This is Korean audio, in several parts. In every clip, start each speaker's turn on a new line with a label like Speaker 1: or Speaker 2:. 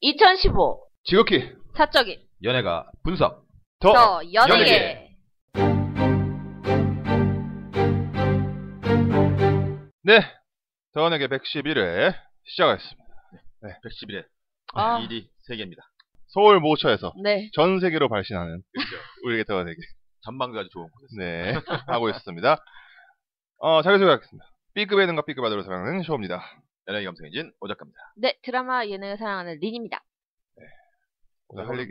Speaker 1: 2015
Speaker 2: 지극히
Speaker 1: 사적인
Speaker 2: 연예가 분석 더
Speaker 1: 더 연예계
Speaker 2: 어, 연예계. 네, 더 연예계 111회 시작하겠습니다. 네, 111회
Speaker 1: 아.
Speaker 2: 일이 세계입니다. 서울 모처에서
Speaker 1: 네
Speaker 2: 전 세계로 발신하는 우리의 더 연예계
Speaker 3: 전망도 아주 좋은 곳.
Speaker 2: 네 하고 있습니다. 어, 자기소개하겠습니다. B급 예능과 B급 아들로 사랑하는 쇼입니다.
Speaker 3: 연예계 감성인진 오작가입니다.
Speaker 1: 네, 드라마 예능을 사랑하는 린입니다
Speaker 2: 오늘 할 얘기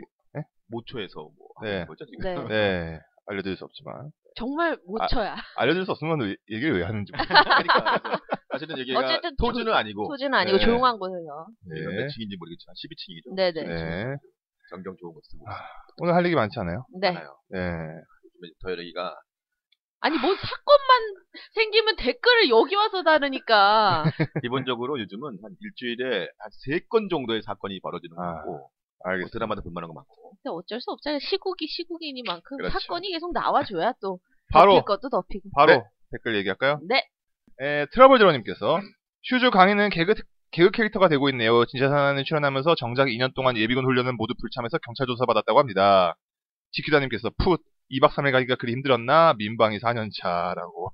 Speaker 3: 모초에서 뭐
Speaker 2: 네.
Speaker 3: 하는 거죠
Speaker 1: 네.
Speaker 3: 지금.
Speaker 2: 네 알려드릴 수 없지만
Speaker 1: 정말 못
Speaker 2: 아,
Speaker 1: 쳐야
Speaker 2: 알려드릴 수 없으면 왜- 얘기를 왜 하는지 모르겠어요.
Speaker 3: 그러니까 그래서 사실은 얘기가
Speaker 1: 어쨌든
Speaker 3: 토주는 아니고
Speaker 1: 소주는 아니고
Speaker 2: 네.
Speaker 1: 조용한 곳에서
Speaker 3: 네.
Speaker 2: 네.
Speaker 3: 몇 층인지 모르겠지만 12층이죠.
Speaker 1: 네네 네,
Speaker 2: 네
Speaker 3: 전경 좋은 곳 쓰고
Speaker 2: 아, 오늘 할 얘기 많지 않아요?
Speaker 3: 많아요.
Speaker 2: 네
Speaker 3: 요즘에 더 연예계가
Speaker 1: 아니 뭔 사건만 생기면 댓글을 여기 와서 다르니까
Speaker 3: 기본적으로 요즘은 한 일주일에 한 세 건 정도의 사건이 벌어지는
Speaker 2: 아,
Speaker 3: 거고 뭐
Speaker 2: 알겠습니다.
Speaker 3: 드라마도 볼만한 거 많고
Speaker 1: 근데 어쩔 수 없잖아요 시국이 시국이니만큼
Speaker 3: 그렇죠.
Speaker 1: 사건이 계속 나와줘야 또
Speaker 2: 바로
Speaker 1: 덮일 것도 덮이고
Speaker 2: 바로
Speaker 3: 네.
Speaker 2: 댓글 얘기할까요?
Speaker 1: 네
Speaker 2: 에, 트러블드러님께서 슈즈 강의는 개그, 특- 개그 캐릭터가 되고 있네요. 진짜 사나는 출연하면서 정작 2년 동안 예비군 훈련은 모두 불참해서 경찰 조사받았다고 합니다. 지키다님께서 풋 2박 3일 가기가 그리 힘들었나? 민방위 4년 차라고.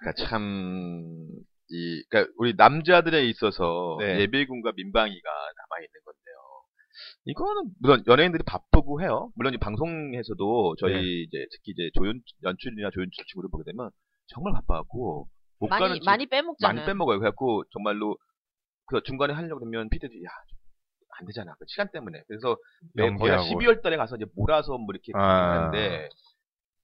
Speaker 3: 그러니까 참 이, 그러니까 우리 남자들에 있어서
Speaker 2: 네.
Speaker 3: 예비군과 민방위가 남아 있는 건데요. 이거는 물론 연예인들이 바쁘고 해요. 물론 이 방송에서도 저희
Speaker 2: 네.
Speaker 3: 이제 특히 이제 조연 연출이나 조연출 친구를 보게 되면 정말 바빠갖고 못 가는
Speaker 1: 많이
Speaker 3: 친구-
Speaker 1: 많이
Speaker 3: 많이
Speaker 1: 빼먹잖아요
Speaker 3: 빼먹어요. 그래갖고 정말로 그 중간에 하려고 그러면 피디들이 야안 되잖아. 그 시간 때문에. 그래서
Speaker 2: 네,
Speaker 3: 매- 네, 거의
Speaker 2: 연기하고.
Speaker 3: 12월 달에 가서 이제 몰아서 뭐 이렇게
Speaker 2: 아.
Speaker 3: 하는데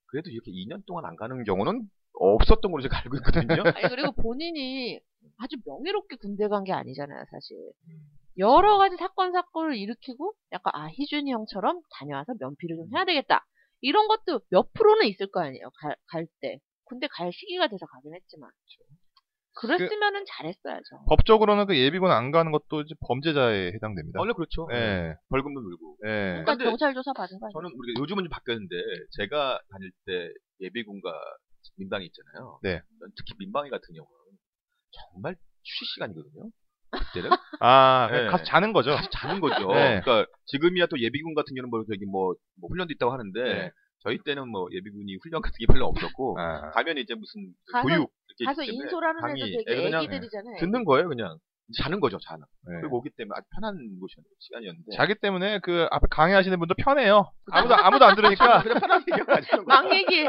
Speaker 3: 그래도 이렇게 2년 동안 안 가는 경우는 없었던 걸로 제가 알고 있거든요.
Speaker 1: 아니 그리고 본인이 아주 명예롭게 군대 간 게 아니잖아요 사실
Speaker 3: 음.
Speaker 1: 여러 가지 사건 사고를 일으키고 약간 아 희준이 형처럼 다녀와서 면피를 좀 해야 되겠다 이런 것도 몇 프로는 있을 거 아니에요 갈 때 군대 갈 시기가 돼서 가긴 했지만 그랬으면은 잘했어야죠
Speaker 2: 법적으로는 그 예비군 안 가는 것도 이제 범죄자에 해당됩니다.
Speaker 3: 원래 그렇죠.
Speaker 2: 예,
Speaker 3: 벌금도 물고.
Speaker 2: 예.
Speaker 1: 그러니까
Speaker 3: 근데
Speaker 1: 경찰 조사 받은 거 아니에요
Speaker 3: 저는 우리가 요즘은 좀 바뀌었는데 제가 다닐 때 예비군과 민방위 있잖아요.
Speaker 2: 네.
Speaker 3: 특히 민방위 같은 경우는 정말 휴식 시간이거든요. 그때는
Speaker 2: 아, 그냥
Speaker 3: 예.
Speaker 2: 가서 자는 거죠.
Speaker 3: 가서 자는 거죠.
Speaker 2: 네.
Speaker 3: 그러니까 지금이야 또 예비군 같은 경우는 뭐 저기 뭐, 뭐 훈련도 있다고 하는데
Speaker 2: 네.
Speaker 3: 저희 때는 뭐 예비군이 훈련 같은 게 별로 없었고
Speaker 2: 아,
Speaker 3: 가면 이제 무슨
Speaker 1: 가서-
Speaker 3: 교육 이렇게
Speaker 1: 가서
Speaker 3: 있기 때문에
Speaker 1: 인솔하는
Speaker 3: 방이
Speaker 1: 애들
Speaker 3: 애들
Speaker 1: 되게
Speaker 3: 그냥
Speaker 2: 네.
Speaker 1: 애기들이잖아요
Speaker 3: 듣는 거예요 그냥
Speaker 2: 음.
Speaker 3: 자는 거죠 자는
Speaker 2: 예.
Speaker 3: 그리고 오기 때문에 아주 편한 곳이었는데 시간이었는데
Speaker 2: 네.
Speaker 3: 그
Speaker 2: 자기 때문에 그 앞에 강의하시는 분도 편해요. 아무도, 아무도 안 들으니까.
Speaker 3: 그냥 편하게 얘기해가지고
Speaker 1: 막 얘기 아니,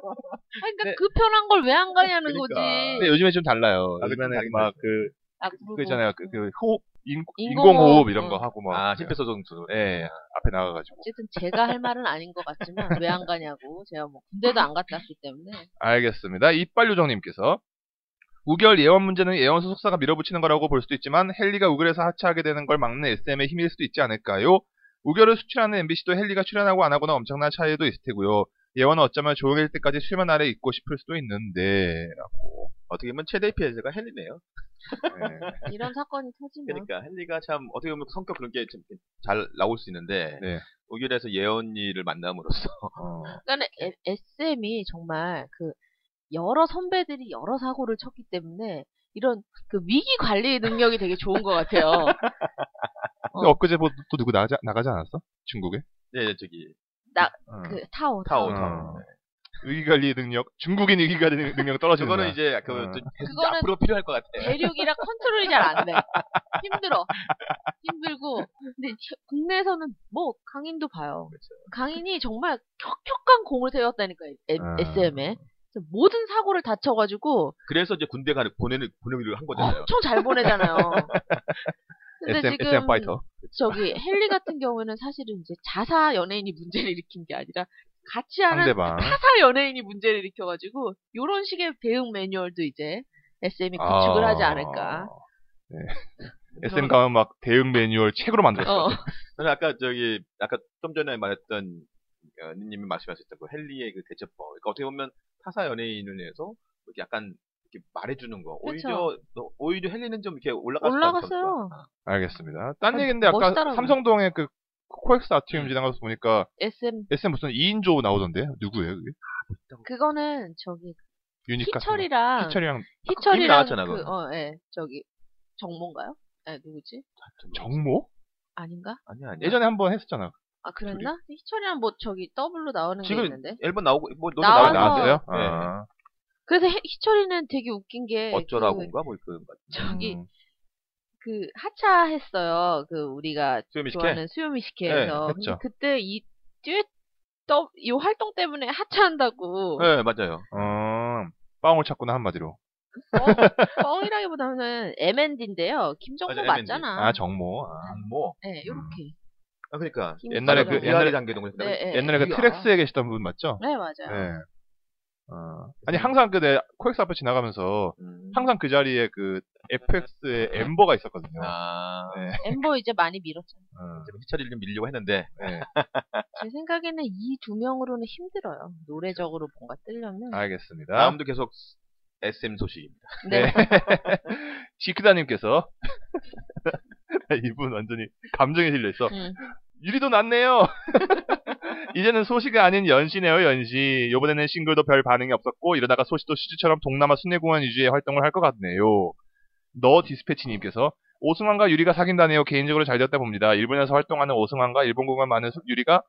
Speaker 1: 그러니까
Speaker 2: 네.
Speaker 1: 그 편한 걸 왜 안 가냐는
Speaker 3: 그러니까.
Speaker 2: 근데
Speaker 1: 거지
Speaker 2: 네, 요즘에 좀 달라요.
Speaker 3: 아,
Speaker 2: 요즘에는
Speaker 3: 그렇긴
Speaker 2: 막 그,
Speaker 1: 아,
Speaker 2: 그거 있잖아요. 그, 그 호흡, 인,
Speaker 1: 인공호흡.
Speaker 2: 공호흡 이런 거
Speaker 1: 응.
Speaker 2: 하고 막.
Speaker 3: 아 심폐소생술
Speaker 2: 예, 앞에 나가가지고.
Speaker 1: 어쨌든 제가 할 말은 아닌 것 같지만 왜 안 가냐고 제가 뭐 군대도 안 갔다 왔기 때문에
Speaker 2: 알겠습니다. 이빨요정님께서 우결 예원 문제는 예원 소속사가 밀어붙이는 거라고 볼 수도 있지만 헨리가 우결에서 하차하게 되는 걸 막는 SM의 힘일 수도 있지 않을까요? 우결을 수출하는 MBC도 헨리가 출연하고 안 하거나 엄청난 차이도 있을 테고요. 예원은 어쩌면 조용일 때까지 수면 아래 있고 싶을 수도 있는데
Speaker 3: 어떻게 보면 최대 피해자가 헨리네요.
Speaker 2: 음. 예.
Speaker 1: 이런 사건이 터지면
Speaker 3: 그러니까 헨리가 참 어떻게 보면 성격 그런 게 좀 잘 나올 수 있는데
Speaker 2: 네.
Speaker 3: 우결에서 예언이를 만남으로써
Speaker 2: 어,
Speaker 1: 그러니까
Speaker 3: 네.
Speaker 1: SM이 정말 그 여러 선배들이 여러 사고를 쳤기 때문에 이런 그 위기 관리 능력이 되게 좋은 것 같아요.
Speaker 2: 근데 엊그제 뭐, 또 누구 나가지, 나가지 않았어? 중국에?
Speaker 3: 네 저기
Speaker 2: 어.
Speaker 1: 그 타오
Speaker 3: 타오
Speaker 2: 어.
Speaker 3: 타오
Speaker 2: 위기관리 능력? 중국인 위기관리 능- 능력 떨어지는
Speaker 3: 저거는
Speaker 2: 거야.
Speaker 3: 이제 그
Speaker 2: 어.
Speaker 3: 좀 계속
Speaker 1: 그거는-
Speaker 3: 앞으로 필요할 것 같아.
Speaker 1: 대륙이라 컨트롤이 잘 안 돼. 힘들어. 힘들고. 근데 혀- 국내에서는 뭐 강인도 봐요.
Speaker 3: 그렇죠.
Speaker 1: 강인이 정말 혁혁한 공을 세웠다니까
Speaker 2: 아.
Speaker 1: SM에. 모든 사고를 다쳐가지고
Speaker 3: 그래서 이제 군대 가 보내는 보내기를 한 거잖아요.
Speaker 1: 엄청 잘 보내잖아요. 근데
Speaker 2: SM,
Speaker 1: 지금
Speaker 2: SM 파이터.
Speaker 1: 저기 헨리 같은 경우에는 사실은 이제 자사 연예인이 문제를 일으킨 게 아니라 같이 하는
Speaker 2: 상대방.
Speaker 1: 타사 연예인이 문제를 일으켜가지고 요런 식의 대응 매뉴얼도 이제 SM이 구축을 하지 않을까.
Speaker 2: 아. 네. SM 가면 막 대응 매뉴얼 책으로 만들었어.
Speaker 1: 어.
Speaker 3: 저는 아까 저기 아까 좀 전에 말했던 어, 님이 말씀하셨던 그 헨리의 그 대처법. 그러니까 어떻게 보면 타사 연예인을 위해서 이렇게 약간 이렇게 말해주는 거. 오히려 너- 오히려 헨리는 좀 이렇게 올라갔어.
Speaker 1: 올라갔어요.
Speaker 2: 알겠습니다. 딴
Speaker 1: 아니,
Speaker 2: 얘기인데 아까
Speaker 1: 멋있더라고요. 음.
Speaker 2: 삼성동에 그 코엑스 아트리움 지나가서 보니까
Speaker 1: SM
Speaker 2: SM 무슨 2인조 나오던데? 누구예요? 그게?
Speaker 1: 그거는 저기
Speaker 2: 유니크 같은 거.
Speaker 1: 희철이랑
Speaker 2: 희철이랑
Speaker 3: 이미
Speaker 1: 희철이랑
Speaker 3: 나왔잖아,
Speaker 1: 그,
Speaker 3: 그거.
Speaker 1: 어, 예. 저기 정모인가요? 아 누구지?
Speaker 2: 정모?
Speaker 1: 예, 아닌가?
Speaker 3: 아니야, 아니야.
Speaker 2: 예전에 한번 했었잖아.
Speaker 1: 아 그랬나? 희철이랑 뭐 저기 더블로 나오는 게
Speaker 3: 지금
Speaker 1: 있는데.
Speaker 3: 앨범 나오고 뭐 노래
Speaker 1: 나와서-
Speaker 3: 나와
Speaker 2: 아,
Speaker 3: 나왔어요.
Speaker 2: 나왔어요?
Speaker 3: 네.
Speaker 2: 아,
Speaker 1: 그래서 해- 희철이는 되게 웃긴 게 그,
Speaker 3: 어쩌라고인가 뭐그
Speaker 1: 저기
Speaker 2: 음.
Speaker 1: 그 하차했어요. 그 우리가
Speaker 3: 수염이 시켜.
Speaker 1: 좋아하는 수요미식회에서
Speaker 2: 네, 했죠.
Speaker 1: 그때 이 듀엣 더이 활동 때문에 하차한다고
Speaker 3: 네 맞아요.
Speaker 2: 음, 빵을 찾구나 한마디로.
Speaker 1: 뻥- 뻥이라기보다는 M&D인데요. 김정모
Speaker 3: 맞아,
Speaker 1: 맞잖아.
Speaker 2: 아 정모. 아.
Speaker 3: 뭐
Speaker 1: 네, 요렇게.
Speaker 3: 아, 그러니까
Speaker 1: 김-
Speaker 2: 옛날에
Speaker 1: 맞아,
Speaker 2: 그
Speaker 1: 맞아.
Speaker 2: 옛날에
Speaker 3: 장기동
Speaker 1: 네, 네.
Speaker 2: 옛날에 그
Speaker 3: 이야.
Speaker 2: 트렉스에 계시던 분 맞죠?
Speaker 1: 네, 맞아요.
Speaker 2: 네. 어, 아니 항상 그내 코엑스 앞에 지나가면서 항상 그 자리에 그 FX의 엠버가 있었거든요.
Speaker 3: 아
Speaker 2: 네.
Speaker 1: 엠버 이제 많이 밀었죠.
Speaker 2: 어,
Speaker 3: 이제 희철이를 좀 밀려고 했는데
Speaker 2: 네.
Speaker 1: 제 생각에는 이 두 명으로는 힘들어요. 노래적으로 뭔가 뜨려면.
Speaker 2: 아, 알겠습니다.
Speaker 3: 다음도 계속 SM 소식입니다.
Speaker 1: 네.
Speaker 2: 시크다님께서 이분 완전히 감정에 실려 있어.
Speaker 1: 음.
Speaker 2: 유리도 났네요. 이제는 소식이 아닌 연시네요, 연시. 요번에는 싱글도 별 반응이 없었고, 이러다가 소식도 슈즈처럼 동남아 순회공원 위주의 활동을 할 것 같네요. 너 디스패치님께서, 오승환과 유리가 사귄다네요. 개인적으로 잘 되었다 봅니다. 일본에서 활동하는 오승환과 일본 공간 많은 수- 유리가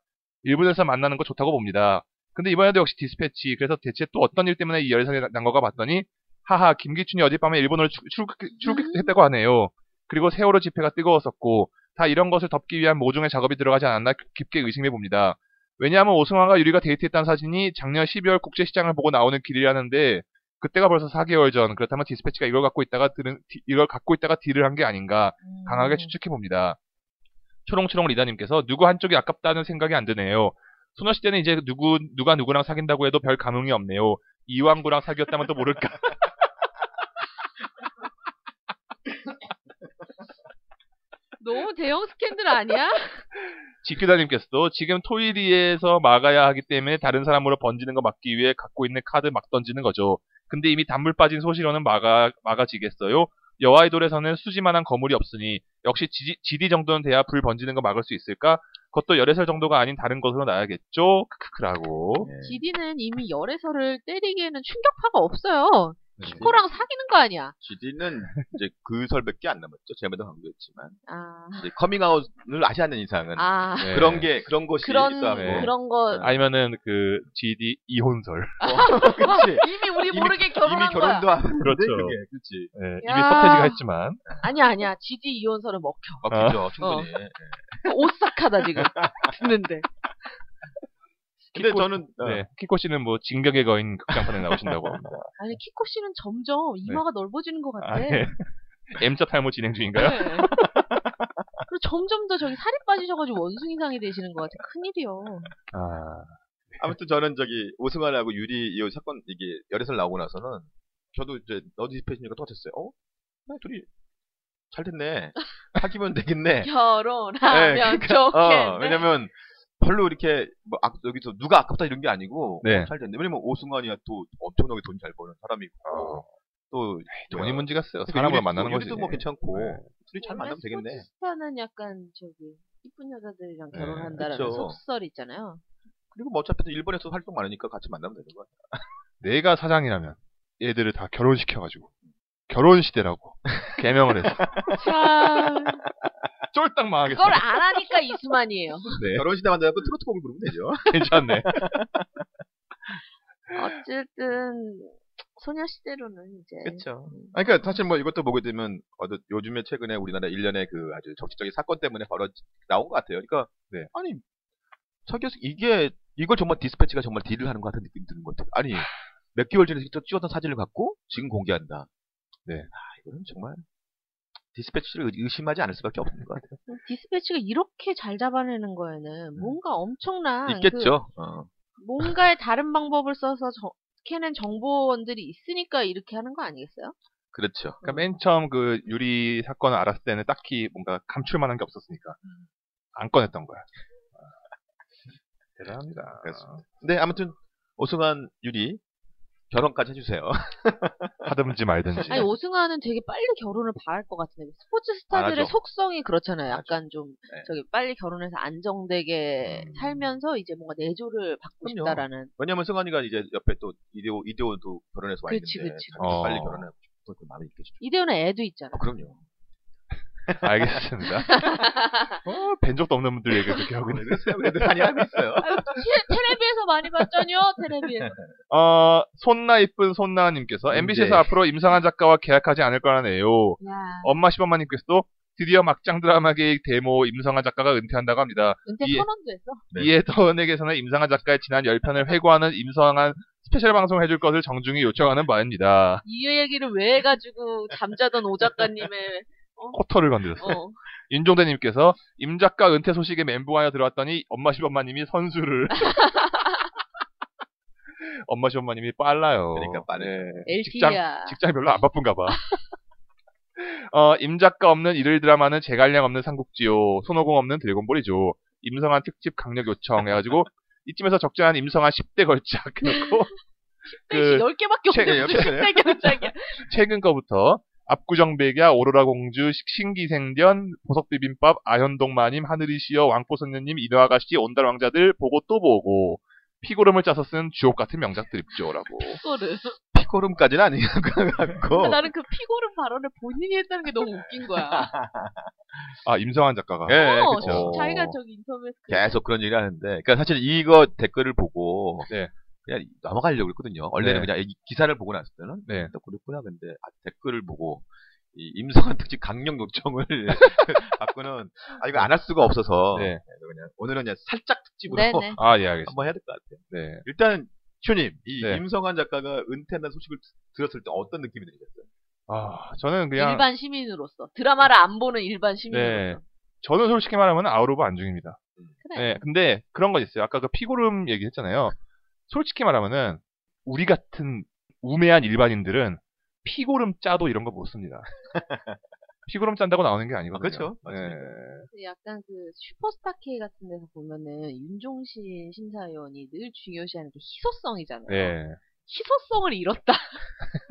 Speaker 2: 일본에서 만나는 거 좋다고 봅니다. 근데 이번에도 역시 디스패치. 그래서 대체 또 어떤 일 때문에 이 열상이 난 거가 봤더니, 하하, 김기춘이 어젯밤에 일본으로 출- 출국, 출국했다고 하네요. 그리고 세월호 집회가 뜨거웠었고, 다 이런 것을 덮기 위한 모종의 작업이 들어가지 않았나 깊게 의심해 봅니다. 왜냐하면 오승환과 유리가 데이트했다는 사진이 작년 12월 국제시장을 보고 나오는 길이라는데 그때가 벌써 4개월 전 그렇다면 디스패치가 이걸 갖고 있다가 들은 디- 이걸 갖고 있다가 딜을 한 게 아닌가
Speaker 1: 음.
Speaker 2: 강하게 추측해 봅니다. 초롱초롱 리다님께서 누구 한쪽이 아깝다는 생각이 안 드네요. 소녀 시대는 이제 누구 누가 누구랑 사귄다고 해도 별 감흥이 없네요. 이왕구랑 사귀었다면 또 모를까.
Speaker 1: 너무 대형 스캔들 아니야?
Speaker 2: 지키다님께서도 지금 토일이에서 막아야 하기 때문에 다른 사람으로 번지는 거 막기 위해 갖고 있는 카드 막 던지는 거죠. 근데 이미 단물 빠진 소시로는 막아, 막아지겠어요? 여아이돌에서는 수지만한 거물이 없으니 역시 지, GD 정도는 돼야 불 번지는 거 막을 수 있을까? 그것도 열애설 정도가 아닌 다른 것으로 나야겠죠? 크크크라고.
Speaker 3: 네.
Speaker 1: GD는 이미 열애설을 때리기에는 충격파가 없어요.
Speaker 3: 네.
Speaker 1: 코랑 사귀는 거 아니야.
Speaker 3: GD는 이제 그 설밖에 안 남았죠. 제가도 강조했지만
Speaker 1: 아,
Speaker 3: 이제 커밍아웃을 아시 않는 이상은
Speaker 1: 아
Speaker 2: 네.
Speaker 3: 그런 게 그런 것이
Speaker 1: 그런
Speaker 3: 있어 하고
Speaker 2: 네.
Speaker 1: 그런 거
Speaker 2: 아니면은 그 GD 이혼설.
Speaker 3: 그렇지.
Speaker 1: 이미 우리
Speaker 3: 이미-
Speaker 1: 모르게 결혼한
Speaker 3: 이미
Speaker 1: 거야.
Speaker 3: 결혼도 안 했는데
Speaker 2: 그렇죠.
Speaker 3: 그게 그렇지.
Speaker 2: 예, 이미
Speaker 1: 야.
Speaker 2: 서태지가 했지만.
Speaker 1: 아니야 아니야. GD 이혼설을 먹혀.
Speaker 3: 아, 그렇죠. 충분히.
Speaker 1: 어. 오싹하다 지금 듣는데.
Speaker 3: 근데
Speaker 2: 키코-
Speaker 3: 저는 어,
Speaker 2: 네, 키코 씨는 뭐 진격의 거인 극장판에 나오신다고 합니다.
Speaker 1: 아니 키코 씨는 점점 이마가 넓어지는 것 같아.
Speaker 2: 아, 예. M자 탈모 진행 중인가요?
Speaker 1: 네. 그리고 점점 더 저기 살이 빠지셔가지고 원숭이 상이 되시는 것 같아. 큰일이요.
Speaker 2: 아,
Speaker 3: 아무튼 저는 저기 오승환하고 유리 이 사건 이게 열애설 나오고 나서는 저도 이제 너도 디스패시니까 똑같았어요. 어? 나 둘이 잘 됐네. 사귀면 되겠네.
Speaker 1: 결혼하면
Speaker 3: 네,
Speaker 1: 좋겠네.
Speaker 3: 어, 왜냐면 별로 이렇게 뭐 아- 여기서 누가 아깝다 이런 게 아니고
Speaker 2: 네.
Speaker 3: 어, 잘 됐네. 왜냐면 오승환이야 또 엄청나게 돈 잘 버는 사람이고 또
Speaker 2: 돈이
Speaker 3: 뭐야.
Speaker 2: 네, 문제가 어. 세요.
Speaker 3: 그러니까
Speaker 2: 사람으로
Speaker 3: 유리-
Speaker 2: 만나는 거지.
Speaker 3: 유리도 뭐 괜찮고
Speaker 2: 네.
Speaker 3: 둘이 잘 만나면 되겠네.
Speaker 1: 스타는 뭐 약간 저기 이쁜 여자들이랑
Speaker 2: 네,
Speaker 1: 결혼한다라는
Speaker 3: 그쵸.
Speaker 1: 속설 있잖아요.
Speaker 3: 그리고 뭐 어차피 또 일본에서 활동 많으니까 같이 만나면 되는 거야.
Speaker 2: 내가 사장이라면 얘들을 다 결혼시켜가지고 결혼 시대라고 개명을 해서
Speaker 1: 참
Speaker 2: 쫄딱 망하겠어.
Speaker 1: 그걸 안 하니까 이수만이에요.
Speaker 2: 네.
Speaker 3: 결혼식에 만나고 트로트곡을 부르면 되죠.
Speaker 2: 괜찮네.
Speaker 1: 어쨌든 소녀시대로는 이제
Speaker 3: 그렇죠.
Speaker 1: 음.
Speaker 3: 그러니까 사실 뭐 이것도 보게 되면 어, 또 요즘에 최근에 우리나라 일련의 그 아주 정치적인 사건 때문에 바로 나온 것 같아요. 그러니까
Speaker 2: 네.
Speaker 3: 아니 사교수 이게 이걸 정말 디스패치가 정말 딜을 하는 것 같은 느낌이 드는 것 같아요. 아니 몇 개월 전에 직접 찍었던 사진을 갖고 지금 공개한다.
Speaker 2: 네.
Speaker 3: 아, 이거는 정말 디스패치를 의- 의심하지 않을 수밖에 없는 것 같아요.
Speaker 1: 디스패치가 이렇게 잘 잡아내는 거에는 뭔가 엄청난 그
Speaker 3: 음. 있겠죠. 어.
Speaker 1: 뭔가의 다른 방법을 써서 저, 캐낸 정보원들이 있으니까 이렇게 하는 거 아니겠어요?
Speaker 3: 그렇죠.
Speaker 2: 그러니까 맨 처음 그 유리 사건을 알았을 때는 딱히 뭔가 감출만한 게 없었으니까 음. 안 꺼냈던 거야. 아, 대단합니다.
Speaker 3: 그렇습니다. 근데 네, 아무튼 오승환 유리 결혼까지 해주세요.
Speaker 2: 하든지 말든지.
Speaker 3: 네.
Speaker 1: 아니 오승환은 되게 빨리 결혼을 바랄 것 같은데 그 스포츠 스타들의
Speaker 3: 하죠.
Speaker 1: 속성이 그렇잖아요.
Speaker 3: 안
Speaker 1: 약간 좀
Speaker 3: 네.
Speaker 1: 저기 빨리 결혼해서 안정되게
Speaker 3: 음.
Speaker 1: 살면서 이제 뭔가 내조를 받고
Speaker 3: 그럼요.
Speaker 1: 싶다라는
Speaker 3: 왜냐면 승환이가 이제 옆에 또 이대호 이대호도 결혼해서 와
Speaker 1: 그치,
Speaker 3: 있는데
Speaker 1: 그치,
Speaker 3: 자기도
Speaker 2: 그치.
Speaker 3: 빨리
Speaker 2: 어.
Speaker 3: 결혼하고 싶은 그 마음이 있겠죠.
Speaker 1: 이대호는 애도 있잖아.
Speaker 3: 아, 그럼요.
Speaker 2: 알겠습니다. 어, 뵌 적도 없는 분들 얘기를 그렇게 하고 있는데.
Speaker 3: 애들 많이 하고 있어요.
Speaker 1: 테- 테레비에서 많이 봤잖요 테레비에서.
Speaker 2: 어, 손나 이쁜 손나님께서
Speaker 3: 음,
Speaker 2: MBC에서
Speaker 3: 네.
Speaker 2: 앞으로 임상한 작가와 계약하지 않을 거라네요.
Speaker 1: 야,
Speaker 2: 엄마 시범마님께서도 드디어 막장 드라마계의 데모 임상한 작가가 은퇴한다고 합니다.
Speaker 1: 은퇴
Speaker 2: 예.
Speaker 1: 선언도 했어.
Speaker 3: 네.
Speaker 2: 이에 더은에게서는 임상한 작가의 지난 10편을 회고하는 임상한 스페셜 방송을 해줄 것을 정중히 요청하는 바입니다.
Speaker 1: 이 얘기를 왜 해가지고 잠자던 오 작가님의
Speaker 2: 코터를 건드렸어.
Speaker 1: 어,
Speaker 2: 윤종대님께서 임 작가 은퇴 소식에 멘붕하여 들어왔더니 엄마 시범마님이 선수를. 엄마 시범마님이 빨라요.
Speaker 3: 그러니까 빠르.
Speaker 2: 네.
Speaker 1: LT야.
Speaker 2: 직장이 별로 안 바쁜가 봐. 어, 임작가 없는 일일 드라마는 제갈량 없는 삼국지요. 손오공 없는 드래곤볼이죠. 임성한 특집 강력 요청 해가지고 이쯤에서 적절한 임성한 10대 걸작 해놓고 그
Speaker 1: 10개밖에
Speaker 2: 책-
Speaker 1: 없는
Speaker 2: 책-
Speaker 1: 주택 경작이야.
Speaker 2: 최근 거부터 압구정백야, 오로라 공주, 식- 신기생전, 보석비빔밥, 아현동마님, 하늘이시여, 왕꽃선녀님, 인어아가씨, 온달왕자들 보고 또 보고 피고름을 짜서 쓴 주옥 같은 명작들 입죠라고.
Speaker 1: 피고름.
Speaker 3: 피고름까지는 아닌 것 같고.
Speaker 1: 아, 나는 그 피고름 발언을 본인이 했다는 게 너무 웃긴 거야.
Speaker 2: 아 임성한 작가가.
Speaker 3: 예, 예,
Speaker 1: 어,
Speaker 3: 그쵸.
Speaker 2: 그쵸.
Speaker 1: 자기가 저기 인터뷰에서
Speaker 2: 그렇죠.
Speaker 1: 그-
Speaker 3: 계속 그런 얘기를 하는데, 그러니까 사실 이거 댓글을 보고
Speaker 2: 네.
Speaker 3: 그냥 넘어가려고 했거든요. 원래는
Speaker 2: 네.
Speaker 3: 그냥 이 기사를 보고 났을 때는
Speaker 2: 네.
Speaker 3: 또 그랬구나. 근데 아, 댓글을 보고 이 임성한 특집 강력 요청을 받고는 아 이거 안 할 수가 없어서
Speaker 2: 네.
Speaker 3: 그냥 오늘은 그냥 살짝 특집으로
Speaker 1: 네네.
Speaker 2: 아 예 알겠습니다.
Speaker 3: 한번 해야 될 것 같아요.
Speaker 2: 네.
Speaker 3: 일단 슈님 이
Speaker 2: 네.
Speaker 3: 임성한 작가가 은퇴한다는 소식을 드- 들었을 때 어떤 느낌이 드셨어요?
Speaker 2: 아, 저는 그냥
Speaker 1: 일반 시민으로서 드라마를 안 보는 일반
Speaker 2: 네.
Speaker 1: 시민으로서
Speaker 2: 저는 솔직히 말하면 아웃 오브 안중입니다.
Speaker 1: 그래.
Speaker 2: 네. 근데 그런 건 있어요. 아까 그 피고름 얘기했잖아요. 솔직히 말하면은 우리 같은 우매한 일반인들은 피고름 짜도 이런 거 못 씁니다. 피고름 짠다고 나오는 게 아니거든요.
Speaker 3: 아, 그렇죠.
Speaker 2: 네.
Speaker 3: 맞습니다.
Speaker 1: 그 약간 그 슈퍼스타 K 같은 데서 보면은 윤종신 심사위원이 늘 중요시하는 게 희소성이잖아요.
Speaker 2: 네.
Speaker 1: 희소성을 잃었다.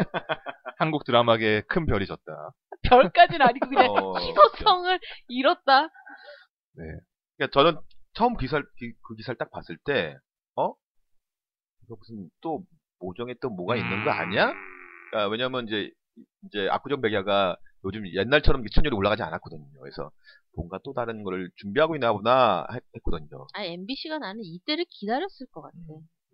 Speaker 2: 한국 드라마계의 큰 별이 졌다.
Speaker 1: 별까지는 아니고 그냥
Speaker 3: 어,
Speaker 2: 그렇죠.
Speaker 1: 희소성을 잃었다.
Speaker 3: 그러니까 저는 처음 기사를 기- 그 기사를 딱 봤을 때 어? 이거 무슨 또 모종에 또 뭐가 있는 거 아니야?
Speaker 1: 음.
Speaker 3: 그러니까 왜냐면 이제 이제 압구정 백야가 요즘 옛날처럼 시청률이 올라가지 않았거든요. 그래서 뭔가 또 다른 거를 준비하고 있나 보나 했- 했거든요.
Speaker 1: 아 MBC가 나는 이때를 기다렸을 것 같아.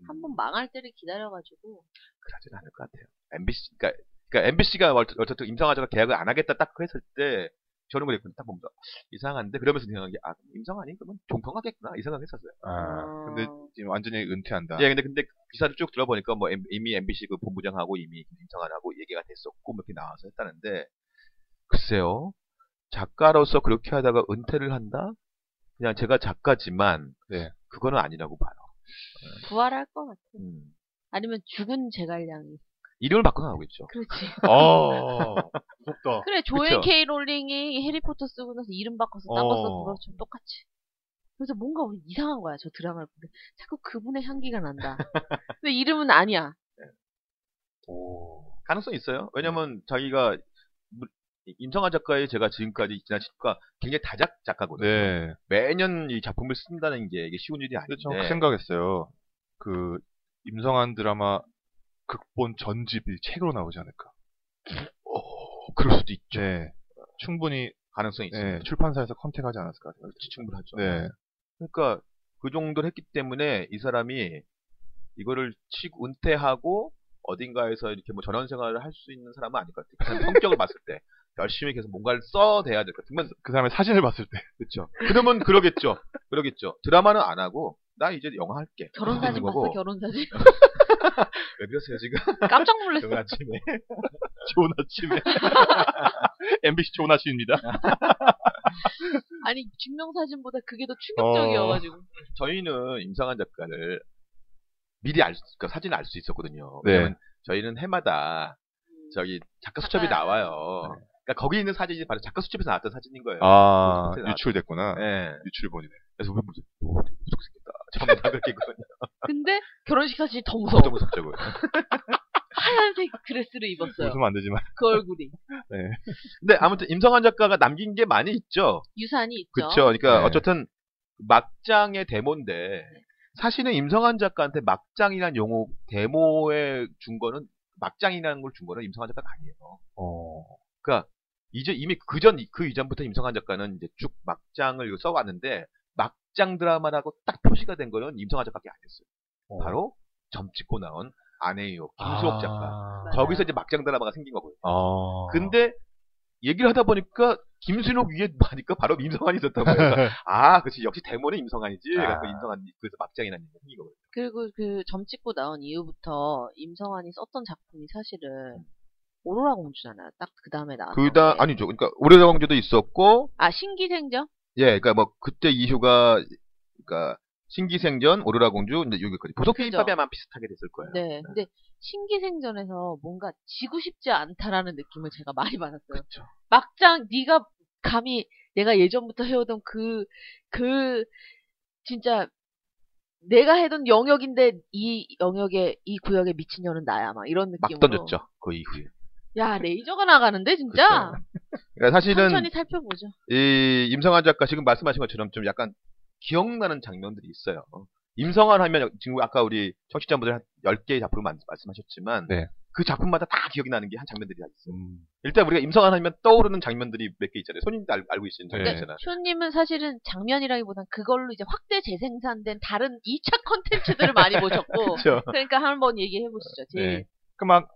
Speaker 1: 한 번뭐 망할 때를 기다려가지고
Speaker 3: 음, 그러진 않을 것 같아요. MBC 그러니까, 그러니까 MBC가 어쨌든 임성아저가 계약을 안 하겠다 딱 했을 때 저는 그랬거든요. 딱 보면서 이상한데 그러면서 생각한 게 아, 임성아니 그러면 종평하겠구나 이 생각했었어요.
Speaker 2: 아, 근데
Speaker 1: 어.
Speaker 2: 지금 완전히 은퇴한다.
Speaker 3: 예, 근데 근데 기사를 쭉 들어보니까 뭐 M- 이미 MBC 그 본부장하고 이미 김성환하고 얘기가 됐었고 뭐 이렇게 나와서 했다는데 글쎄요 작가로서 그렇게 하다가 은퇴를 한다? 그냥 제가 작가지만
Speaker 2: 네.
Speaker 3: 그거는 아니라고 봐요.
Speaker 1: 부활할 것 같아.
Speaker 3: 음.
Speaker 1: 아니면 죽은 제갈량이.
Speaker 3: 이름을 바꿔 나오겠죠.
Speaker 1: 그렇지.
Speaker 2: 어. 무섭다.
Speaker 1: 그래 조앤
Speaker 3: 그쵸?
Speaker 1: 케이 롤링이 해리포터 쓰고 나서 이름 바꿔서 딴 거
Speaker 2: 어.
Speaker 1: 썼던 거랑 똑같이. 그래서 뭔가 이상한 거야 저 드라마를 보면 자꾸 그분의 향기가 난다. 근데 이름은 아니야.
Speaker 2: 오. 네.
Speaker 3: 가능성 이 있어요. 왜냐면 자기가 무- 임성환 작가의 제가 지금까지 지난 시가 굉장히 다작 작가거든요.
Speaker 2: 네.
Speaker 3: 매년 이 작품을 쓴다는 게 이게 쉬운 일이 아닌데.
Speaker 2: 그래서 저는 그 생각했어요. 그 임성한 드라마 극본 전집이 책으로 나오지 않을까.
Speaker 3: 오, 어, 그럴 수도 있죠.
Speaker 2: 네. 충분히
Speaker 3: 가능성이 있어요.
Speaker 2: 네, 출판사에서 컨택하지 않았을까 생각요
Speaker 3: 충분하죠.
Speaker 2: 네.
Speaker 3: 그러니까 그 정도를 했기 때문에 이 사람이 이거를 치고 은퇴하고 어딘가에서 이렇게 뭐 전원 생활을 할 수 있는 사람은 아닐 것 같아요. 그냥 성격을 봤을 때 열심히 계속 뭔가를 써대야 될 것 같으면
Speaker 2: 그 사람의 사진을 봤을 때.
Speaker 3: 그렇죠. 그러면 그러겠죠. 그러겠죠. 드라마는 안 하고 나 이제 영화 할게.
Speaker 1: 결혼 사진
Speaker 3: 이러는 거고.
Speaker 1: 봤어 결혼 사진.
Speaker 3: 왜 그러세요 지금?
Speaker 1: 깜짝 놀랐어.
Speaker 3: 오늘 아침에.
Speaker 2: 좋은 아침에. MBC 좋은 아침입니다.
Speaker 1: 아니 증명사진보다 그게 더 충격적이어가지고.
Speaker 3: 저희는 임상한 작가를 미리 알, 수- 그러니까 사진을 알 수 있었거든요.
Speaker 2: 네.
Speaker 3: 왜냐면 저희는 해마다 저기 작가 수첩이
Speaker 1: 작가.
Speaker 3: 나와요. 그러니까 거기 있는 사진이 바로 작가 수첩에서 나왔던 사진인 거예요.
Speaker 2: 아,
Speaker 3: 그때
Speaker 2: 유출됐구나.
Speaker 3: 예.
Speaker 2: 유출본이네.
Speaker 3: 그래서 우리 무슨 오, 되게 무섭겠다. 처음에 다 그랬거든요.
Speaker 1: 근데 결혼식 사진이 더 무서워.
Speaker 2: 아,
Speaker 3: 너무 무섭다고요.
Speaker 1: 하얀색 드레스를 입었어요.
Speaker 2: 웃으면 안 되지만.
Speaker 1: 그 얼굴이.
Speaker 3: 근데 아무튼 임성환 작가가 남긴 게 많이 있죠.
Speaker 1: 유산이 있죠.
Speaker 3: 그렇죠. 그러니까
Speaker 2: 네.
Speaker 3: 어쨌든 막장의 데모인데 사실은 임성환 작가한테 막장이란 용어 데모에 준 거는 막장이라는 걸 준 거는 임성환 작가가 아니에요.
Speaker 2: 어.
Speaker 3: 이제 이미 그전 그 이전부터 임성한 작가는 이제 쭉 막장을 이거 써왔는데 막장 드라마라고 딱 표시가 된 거는 임성한 작가밖에 아니었어요. 바로 점 찍고 나온 아내요 김수옥 작가. 거기서 이제 막장 드라마가 생긴 거고요.
Speaker 2: 아.
Speaker 3: 근데 얘기를 하다 보니까 김순옥 위에 하니까 바로 임성환이 있었다고 해서 아, 그렇지 역시 데모는 임성환이지.
Speaker 2: 아.
Speaker 3: 그래서 임성환 그래서 막장이라는 얘기가 생긴 거거든요.
Speaker 1: 그리고 그 점 찍고 나온 이후부터 임성환이 썼던 작품이 사실은 오로라 공주잖아요. 딱 그 다음에 나왔던.
Speaker 2: 그다
Speaker 1: 게.
Speaker 2: 아니죠. 그러니까 오래된 왕조도 있었고
Speaker 1: 아 신기생전?
Speaker 2: 예, 그러니까 뭐 그때 이효가 그러니까 신기생전 오로라 공주 이제 여기까지 보석
Speaker 1: 그죠.
Speaker 3: 케이팝이야만 비슷하게 됐을 거예요.
Speaker 1: 네. 근데 신기생전에서 뭔가 지고 싶지 않다라는 느낌을 제가 많이 받았어요.
Speaker 3: 그렇죠.
Speaker 1: 막장 네가 감히 내가 예전부터 해오던 그, 그, 진짜 내가 해던 영역인데 이 영역에, 이 구역에 미친년은 나야. 막 이런
Speaker 3: 막
Speaker 1: 느낌으로.
Speaker 3: 던졌죠. 그 이후에.
Speaker 1: 야, 레이저가 나가는데, 진짜?
Speaker 3: 그렇죠.
Speaker 2: 그러니까 사실은
Speaker 1: 천천히 살펴보죠.
Speaker 3: 이 임성환 작가 지금 말씀하신 것처럼 좀 약간 기억나는 장면들이 있어요. 임성환 하면 지금 아까 우리 청취자분들 한 10개의 작품을 만- 말씀하셨지만
Speaker 2: 네.
Speaker 3: 그 작품마다 다 기억이 나는 게 한 장면들이 다 있어요.
Speaker 2: 음,
Speaker 3: 일단 우리가 임성환 하면 떠오르는 장면들이 몇 개 있잖아요. 손님도 알, 알고 있는 장면
Speaker 2: 네.
Speaker 3: 있잖아요.
Speaker 1: 쇼님은 사실은 장면이라기보단 그걸로 이제 확대 재생산된 다른 2차 컨텐츠들을 많이 보셨고,
Speaker 3: 그렇죠.
Speaker 1: 그러니까 한번 얘기해 보시죠. 제일
Speaker 2: 네. 그막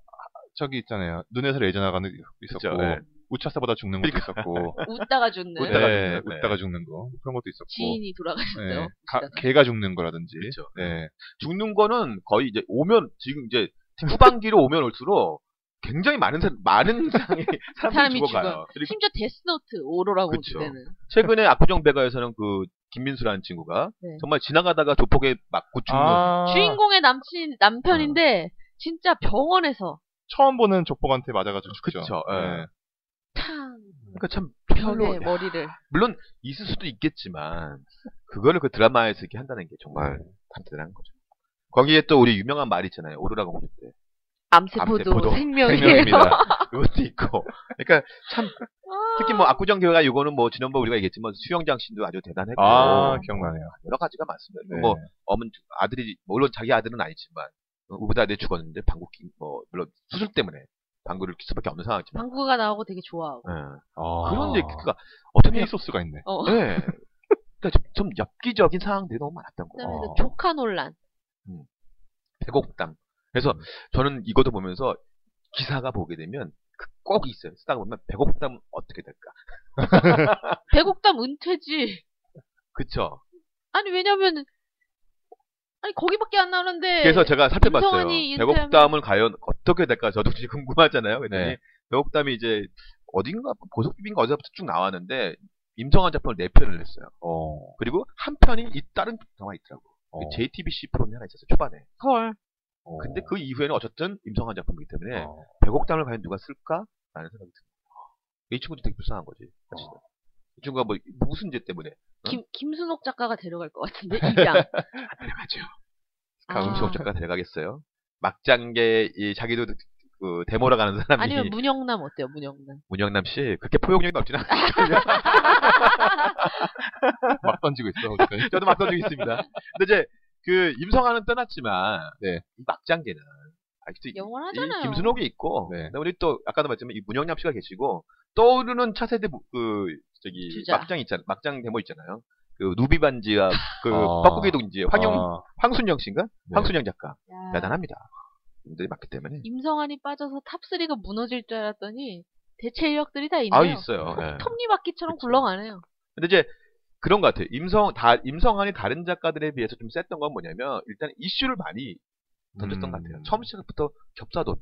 Speaker 2: 저기 있잖아요. 눈에서 레이저 나가는 게 있었고
Speaker 3: 그죠, 예.
Speaker 2: 우차사보다 죽는 것도 있었고
Speaker 1: 웃다가 죽는
Speaker 3: 웃다가
Speaker 2: 예,
Speaker 3: 죽는, 그러니까. 네.
Speaker 2: 웃다가 죽는 거 그런 것도
Speaker 3: 뭐.
Speaker 2: 있었고
Speaker 1: 지인이 돌아가셨어요.
Speaker 2: 예, 가- 개가 죽는 거라든지
Speaker 3: 그렇죠.
Speaker 2: 예.
Speaker 3: 죽는 거는 거의 이제 오면 지금 이제 후반기로 오면 올수록 굉장히 많은 사, 많은 사람이,
Speaker 1: 사람이
Speaker 3: 사람이 죽어가요. 그리고
Speaker 1: 심지어 데스노트 오로라고
Speaker 3: 그쵸.
Speaker 1: 그때는
Speaker 3: 최근에 악구정 배가에서는 그 김민수라는 친구가
Speaker 1: 네.
Speaker 3: 정말 지나가다가 조폭에 맞고 죽는
Speaker 2: 아.
Speaker 1: 주인공의 남친 남편인데
Speaker 3: 아.
Speaker 1: 진짜 병원에서
Speaker 2: 처음 보는 조폭한테 맞아가지고 죽죠.
Speaker 3: 그쵸, 예.
Speaker 2: 예.
Speaker 1: 탕
Speaker 3: 그러니까 참 별로
Speaker 1: 병의 머리를
Speaker 3: 물론 있을 수도 있겠지만 그거를 그 드라마에서 이렇게 한다는 게 정말 단단한 거죠. 거기에 또 우리 유명한 말 있잖아요. 오로라 공주 때
Speaker 1: 암세포도,
Speaker 3: 암세포도
Speaker 1: 생명이에요.
Speaker 3: 생명입니다. 이것도 있고. 그러니까 참
Speaker 1: 아.
Speaker 3: 특히 뭐 압구정 교가 이거는 뭐 지난번 우리가 얘기했지만 수영장 씬도 아주 대단했고
Speaker 2: 아 기억나네요.
Speaker 3: 여러 가지가 많습니다.
Speaker 2: 네.
Speaker 3: 뭐 어머니 아들이 뭐 물론 자기 아들은 아니지만 어, 우보다 내 죽었는데 방구 낀- 뭐 물론 수술 때문에 방구를 낄 수밖에 없는 상황이지만
Speaker 1: 방구가 나오고 되게 좋아하고
Speaker 3: 예.
Speaker 2: 아.
Speaker 3: 그런 얘기가 그러니까
Speaker 2: 어떻게
Speaker 3: 어떻게
Speaker 2: 소스가 있네.
Speaker 1: 어.
Speaker 3: 네. 그러니까 좀, 좀 엽기적인 상황들이 너무 많았던 거예요.
Speaker 1: 그다음에
Speaker 2: 어.
Speaker 1: 그 조카 논란
Speaker 3: 백옥당. 그래서 저는 이것도 보면서 기사가 보게 되면 그꼭 있어요. 쓰다가 보면 백옥당 어떻게 될까?
Speaker 1: 백옥담 은퇴지
Speaker 3: 그쵸?
Speaker 1: 아니 왜냐면 아니 거기밖에 안 나오는데
Speaker 3: 그래서 제가 살펴봤어요.
Speaker 1: 김성환이 인터뷰-
Speaker 3: 백옥담을 과연 어떻게 될까? 저도 지금 궁금하잖아요. 그랬더니
Speaker 2: 네.
Speaker 3: 백옥담이 이제 어딘가 보석비인가 어디서부터 쭉 나왔는데 임성환 작품을 네 편을 냈어요.
Speaker 2: 어.
Speaker 3: 그리고 한 편이 이 다른 영화 있더라고.
Speaker 2: 어.
Speaker 3: 그 JTBC 프로그램이 하나 있었어요. 초반에.
Speaker 1: 헐
Speaker 2: 어.
Speaker 3: 근데 그 예. 이후에는 어쨌든 임성환 작품이기 때문에
Speaker 2: 어.
Speaker 3: 백옥담을 과연 누가 쓸까? 라는 생각이 듭니다. 이 친구도 되게 불쌍한 거지. 사실은.
Speaker 2: 어.
Speaker 3: 이 친구가 뭐, 무슨 죄 때문에.
Speaker 1: 김 김순옥 작가가 데려갈 것 같은데 입양
Speaker 3: 어. 아, 맞아요.
Speaker 1: 아.
Speaker 3: 강음식 작가 데려가겠어요. 막장계, 이, 자기도 그, 데모라 가는 사람이.
Speaker 1: 아니면 문영남 어때요 문영남
Speaker 3: 문영남 씨, 그렇게 포용력이 넓진 않아요.
Speaker 2: 막 던지고 있어. 어쨌든.
Speaker 3: 저도 맞서주고 있습니다. 근데 이제, 그, 임성아는 떠났지만,
Speaker 2: 네.
Speaker 3: 이 막장계는, 아, 이-
Speaker 1: 영원하잖아요.
Speaker 3: 이 김순옥이 있고,
Speaker 2: 네.
Speaker 3: 그다음에 우리 또, 아까도 말했지만, 이 문영남 씨가 계시고, 떠오르는 차세대, 무- 그, 저기,
Speaker 1: 주자.
Speaker 3: 막장 있잖아, 막장 데모 있잖아요. 그, 누비반지와, 그,
Speaker 2: 아.
Speaker 3: 뻐꾸기도 이제, 황영,
Speaker 2: 아.
Speaker 3: 황순영 씨인가?
Speaker 2: 네.
Speaker 3: 황순영 작가.
Speaker 1: 야.
Speaker 3: 대단합니다. 분들이 많기 때문에.
Speaker 1: 임성환이 빠져서 탑3가 무너질 줄 알았더니 대체 인력들이 다 있네요.
Speaker 3: 아, 있어요. 예.
Speaker 1: 톱니바퀴처럼
Speaker 3: 그쵸.
Speaker 1: 굴러가네요.
Speaker 3: 근데 이제 그런 것 같아요. 임성, 다, 임성환이 다른 작가들에 비해서 좀 셌던 건 뭐냐면, 일단 이슈를 많이 던졌던
Speaker 2: 음.
Speaker 3: 것 같아요. 처음 시작부터 겹사돈.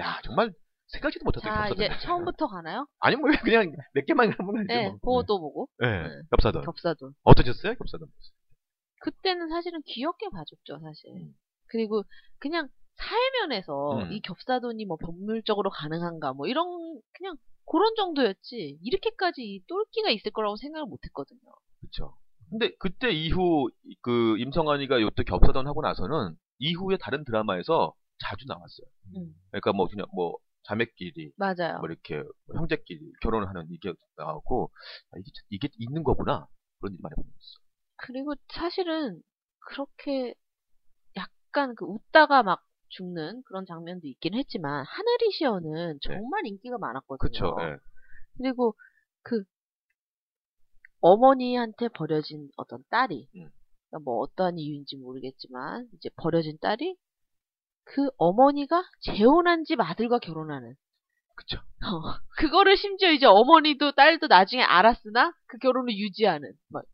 Speaker 3: 야, 정말 생각지도 못했던
Speaker 1: 자,
Speaker 3: 겹사돈.
Speaker 1: 아, 이제 처음부터 가나요?
Speaker 3: 아니면 뭐 왜 그냥 몇 개만 하면 되지
Speaker 1: 네,
Speaker 3: 뭐.
Speaker 1: 보호도 보고
Speaker 3: 예,
Speaker 1: 네.
Speaker 3: 겹사돈.
Speaker 1: 겹사돈.
Speaker 3: 어떠셨어요, 겹사돈?
Speaker 1: 그때는 사실은 귀엽게 봐줬죠, 사실. 그리고 그냥 사회면에서
Speaker 3: 음.
Speaker 1: 이 겹사돈이 뭐 법률적으로 가능한가 뭐 이런 그냥 그런 정도였지 이렇게까지 이 똘끼가 있을 거라고 생각을 못했거든요.
Speaker 3: 그쵸. 근데 그때 이후, 그, 임성환이가 요때 겹사돈 하고 나서는, 이후에 다른 드라마에서 자주 나왔어요.
Speaker 1: 음.
Speaker 3: 그러니까 뭐, 그냥 뭐, 자매끼리,
Speaker 1: 맞아요.
Speaker 3: 뭐 이렇게 형제끼리 결혼을 하는 이게 나오고 아, 이게 참- 이게 있는 거구나 그런 일이 많이 보였어.
Speaker 1: 그리고 사실은 그렇게 약간 그 웃다가 막
Speaker 3: 네.
Speaker 1: 죽는 그런 장면도 있긴 했지만 하늘이 시어는 정말 인기가 많았거든요.
Speaker 3: 그쵸. 예.
Speaker 1: 그리고 그 어머니한테 버려진 어떤 딸이
Speaker 3: 음.
Speaker 1: 뭐 어떠한 이유인지 모르겠지만 이제 버려진 딸이 그 어머니가 재혼한 집 아들과 결혼하는
Speaker 3: 그쵸.
Speaker 1: 어, 그거를 심지어 이제 어머니도 딸도 나중에 알았으나 그 결혼을 유지하는 막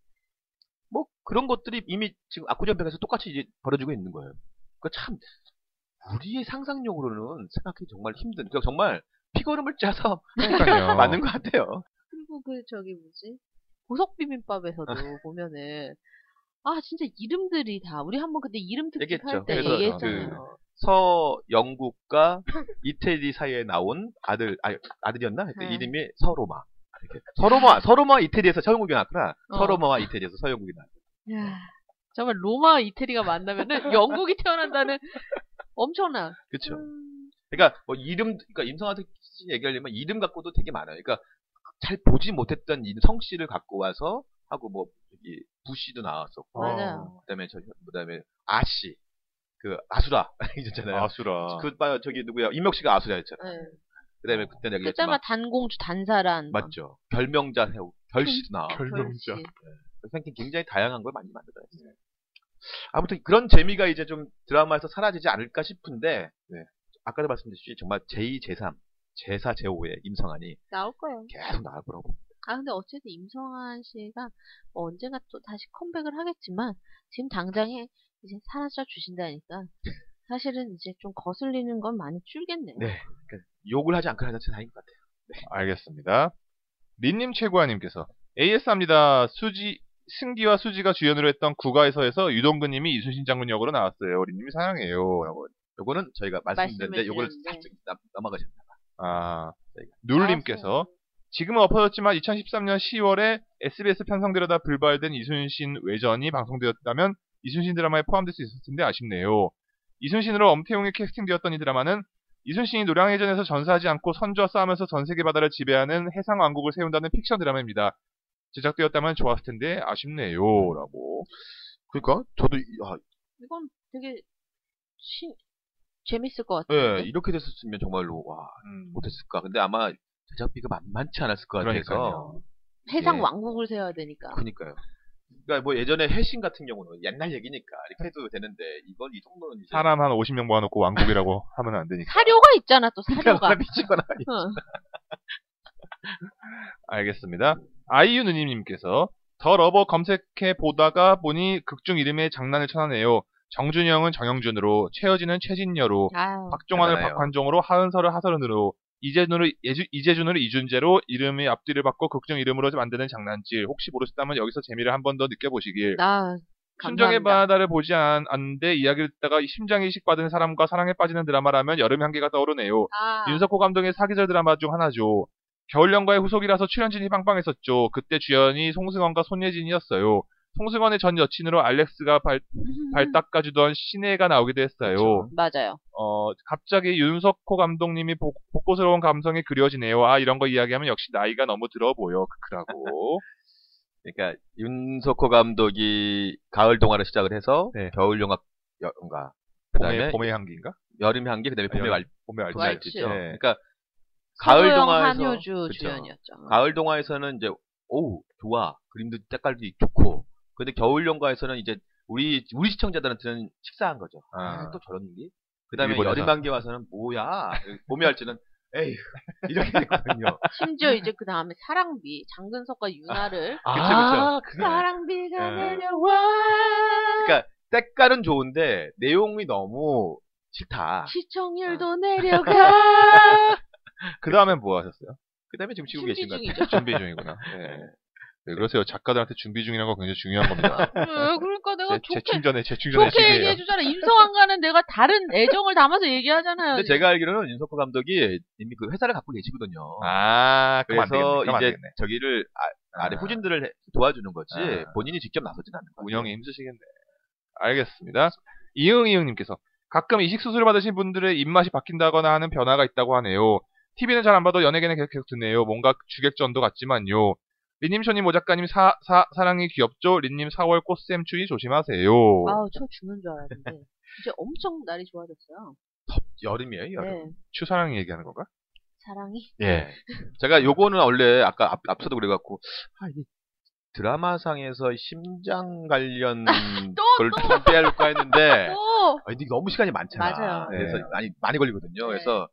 Speaker 3: 뭐 그런 것들이 이미 지금 아쿠전백에서 똑같이 이제 벌어지고 있는 거예요. 그러니까 참 우리의 상상력으로는 생각하기 정말 힘든. 그러니까 정말 피고름을 짜서
Speaker 1: 어.
Speaker 2: 그러니까요.
Speaker 3: 맞는 것 같아요.
Speaker 1: 그리고 그 저기 뭐지 보석 비빔밥에서도 보면은 아 진짜 이름들이 다 우리 한번 그때 이름 특집
Speaker 3: 얘기했죠.
Speaker 1: 할때
Speaker 2: 그래서
Speaker 1: 얘기했잖아요.
Speaker 3: 서영국과 이태리 사이에 나온 아들, 아, 아들이었나? 그때
Speaker 1: 네.
Speaker 3: 이름이 서로마. 이렇게. 서로마, 서로마 이태리에서 서영국이 나왔구나.
Speaker 1: 어.
Speaker 3: 서로마와 이태리에서 서영국이 나왔구나.
Speaker 1: 야, 정말 로마 이태리가 만나면은 영국이 태어난다는 엄청난
Speaker 3: 그쵸.
Speaker 1: 음,
Speaker 3: 그러니까 뭐 이름, 그러니까 임성한테 얘기하려면 이름 갖고도 되게 많아요. 그러니까 잘 보지 못했던 이 성씨를 갖고 와서 하고 뭐 여기 부씨도 나왔었고,
Speaker 1: 맞아요.
Speaker 3: 그다음에 저 그다음에 아씨, 그 아수라 있었잖아요.
Speaker 2: 아수라.
Speaker 3: 그 봐, 저기 누구야 임혁 씨가 아수라였잖아.
Speaker 1: 네.
Speaker 3: 그다음에 어, 그때
Speaker 1: 그때마
Speaker 3: 내가 얘기했지만
Speaker 1: 단공주 단사란 막
Speaker 3: 아- 맞죠. 별명자 해우 결씨도 나와.
Speaker 2: 결- 별명자.
Speaker 1: 그런 식.
Speaker 3: 그래서 굉장히 다양한 걸 많이 만들어요. 아무튼 그런 재미가 이제 좀 드라마에서 사라지지 않을까 싶은데
Speaker 2: 네.
Speaker 3: 아까도 말씀드렸듯이 정말 제2, 제3, 제4, 제5의 임성환이
Speaker 1: 나올 거예요.
Speaker 3: 계속 나올 거라고.
Speaker 1: 아 근데 어쨌든 임성환 씨가 뭐 언젠가 또 다시 컴백을 하겠지만 지금 당장에 이제 사라져 주신다니까 사실은 이제 좀 거슬리는 건 많이 줄겠네요.
Speaker 3: 네. 욕을 하지 않거나 자체 다행인 것 같아요.
Speaker 2: 알겠습니다. 린님 최고아님께서 AS합니다. 수지 승기와 수지가 주연으로 했던 국가에서에서 유동근님이 이순신 장군 역으로 나왔어요. 린님이 사랑해요.
Speaker 3: 요거는 저희가 말씀드렸는데
Speaker 1: 말씀을
Speaker 3: 요거를
Speaker 1: 드렸는데.
Speaker 3: 살짝 넘- 넘어가셨나 봐.
Speaker 2: 아 눌님께서 지금은 엎어졌지만 2013년 10월에 SBS 편성되려다 불발된 이순신 외전이 방송되었다면 이순신 드라마에 포함될 수 있었을 텐데 아쉽네요. 이순신으로 엄태웅이 캐스팅되었던 이 드라마는 이순신이 노량해전에서 전사하지 않고 선주와 싸우면서 전 세계 바다를 지배하는 해상 왕국을 세운다는 픽션 드라마입니다. 제작되었다면 좋았을 텐데 아쉽네요라고.
Speaker 3: 그러니까 저도 이- 아,
Speaker 1: 이건 되게 신- 재밌을 것
Speaker 3: 예,
Speaker 2: 네.
Speaker 1: 같아요.
Speaker 3: 이렇게 됐었으면 정말로 와
Speaker 2: 음.
Speaker 3: 못했을까. 근데 아마 제작비가 만만치 않았을 것 같아서.
Speaker 2: 그러니까요.
Speaker 1: 해상
Speaker 3: 예.
Speaker 1: 왕국을 세워야 되니까.
Speaker 3: 그니까요. 그러니까 뭐 예전에 해신 같은 경우는 옛날 얘기니까 이렇게 해도 되는데 이건 이 정도는 이제
Speaker 2: 사람 한 50명 모아놓고 왕국이라고 하면 안 되니까.
Speaker 1: 사료가 있잖아 또 사료가.
Speaker 3: 미치거나 아니-
Speaker 1: 응.
Speaker 2: 알겠습니다. 아이유 누님님께서 더 러버 검색해 보다가 보니 극중 이름에 장난을 쳐나네요. 정준영은 정영준으로, 최여진은 최진녀로,
Speaker 1: 아유.
Speaker 2: 박종환을
Speaker 3: 대단해요.
Speaker 2: 박환종으로, 하은서를 하서른으로, 이재준을 예주, 이재준을 이준재로 이름의 앞뒤를 바꿔 극중 이름으로 만드는 장난질. 혹시 모르셨다면 여기서 재미를 한 번 더 느껴보시길.
Speaker 1: 나 네,
Speaker 2: 순정의
Speaker 1: 감사합니다.
Speaker 2: 바다를 보지 않, 않는데 이야기를 듣다가 심장 이식 받은 사람과 사랑에 빠지는 드라마라면 여름 향기가 떠오르네요.
Speaker 1: 아,
Speaker 2: 윤석호 감독의 사기절 드라마 중 하나죠. 겨울연가의 후속이라서 출연진이 빵빵했었죠. 그때 주연이 송승헌과 손예진이었어요. 송승헌의 전 여친으로 알렉스가 발,
Speaker 1: 음.
Speaker 2: 발 닦아주던 신혜가 나오기도 했어요.
Speaker 1: 그렇죠.
Speaker 3: 그쵸.
Speaker 1: 맞아요.
Speaker 2: 어, 갑자기 윤석호 감독님이 복, 고스러운 감성이 그려지네요. 아, 이런 거 이야기하면 역시 나이가 너무 들어 보여. 크크라고.
Speaker 3: 그러니까 윤석호 감독이 가을 동화를 시작을 해서
Speaker 2: 네.
Speaker 3: 겨울 영화 연가
Speaker 2: 봄의,
Speaker 3: 그다음에
Speaker 2: 봄의 향기인가?
Speaker 3: 여름 향기 그다음에 봄의
Speaker 2: 여름-
Speaker 3: 말
Speaker 2: 봄의 알지?
Speaker 1: 왈츠.
Speaker 3: 말이죠.
Speaker 2: 네.
Speaker 3: 그러니까 가을
Speaker 1: 서호영,
Speaker 3: 동화에서-
Speaker 1: 한효주
Speaker 3: 그쵸.
Speaker 1: 주연이었죠.
Speaker 3: 가을 동화에서는 이제 오 좋아 그림도 색깔도 좋고 근데 겨울 연가에서는 이제 우리 우리 시청자들한테는 식사한 거죠. 아,
Speaker 2: 아.
Speaker 3: 또 저런 일이. 그다음에
Speaker 2: 일본에서.
Speaker 3: 여름 향기 와서는 뭐야 봄이 할지는 에이 이렇게 되거든요.
Speaker 1: 심지어 이제 그 다음에 사랑비 장근석과 윤아를
Speaker 3: 아,
Speaker 1: 그쵸. 사랑비가
Speaker 3: 네.
Speaker 1: 내려와
Speaker 3: 그러니까 색깔은 좋은데 내용이 너무 싫다. 아.
Speaker 1: 시청률도 내려가
Speaker 2: 그 다음엔 뭐 하셨어요?
Speaker 3: 그다음에 지금 치고
Speaker 1: 준비
Speaker 3: 계신 것 같아요.
Speaker 1: 중이죠.
Speaker 2: 준비 중이구나.
Speaker 3: 네.
Speaker 2: 네, 그러세요. 작가들한테 준비 중이라는 거 굉장히 중요한 겁니다.
Speaker 1: 예, 그러니까 내가
Speaker 2: 제, 제
Speaker 1: 좋게
Speaker 2: 충전에, 제
Speaker 1: 좋게
Speaker 2: 충전에 시기예요.
Speaker 1: 얘기해주잖아. 임성한과는 내가 다른 애정을 담아서 얘기하잖아요.
Speaker 3: 근데 제가 알기로는 윤석호 감독이 이미 그 회사를 갖고 계시거든요.
Speaker 2: 아, 그럼 안 되겠네.
Speaker 3: 그래서
Speaker 2: 그럼 안
Speaker 3: 이제
Speaker 2: 되겠네.
Speaker 3: 저기를 아, 아래
Speaker 2: 아.
Speaker 3: 후진들을 해- 도와주는 거지
Speaker 2: 아.
Speaker 3: 본인이 직접 나서진 않는 거예요.
Speaker 2: 운영이 아, 힘드시겠네. 알겠습니다. 이응이응님께서 가끔 이식 수술을 받으신 분들의 입맛이 바뀐다거나 하는 변화가 있다고 하네요. TV는 잘 안 봐도 연예계는 계속, 계속 듣네요. 뭔가 주객전도 같지만요. 린님, 쇼님, 모 작가님, 사, 사, 사랑이 귀엽죠? 린님, 4월 꽃샘 추위 조심하세요.
Speaker 1: 아우 저 죽는 줄 알았는데 이제 엄청 날이 좋아졌어요.
Speaker 2: 아,
Speaker 3: 여름이에요, 여름.
Speaker 1: 네.
Speaker 2: 추사랑 얘기하는 건가?
Speaker 1: 사랑이.
Speaker 2: 예.
Speaker 3: 제가 요거는 원래 아까 앞, 앞서도 그래갖고 아, 이게 드라마상에서 심장 관련 걸 또, 빼할까 했는데
Speaker 1: 또
Speaker 3: 아, 이게 너무 시간이 많잖아.
Speaker 1: 맞아요.
Speaker 3: 그래서
Speaker 2: 네.
Speaker 3: 많이 많이 걸리거든요.
Speaker 1: 네.
Speaker 3: 그래서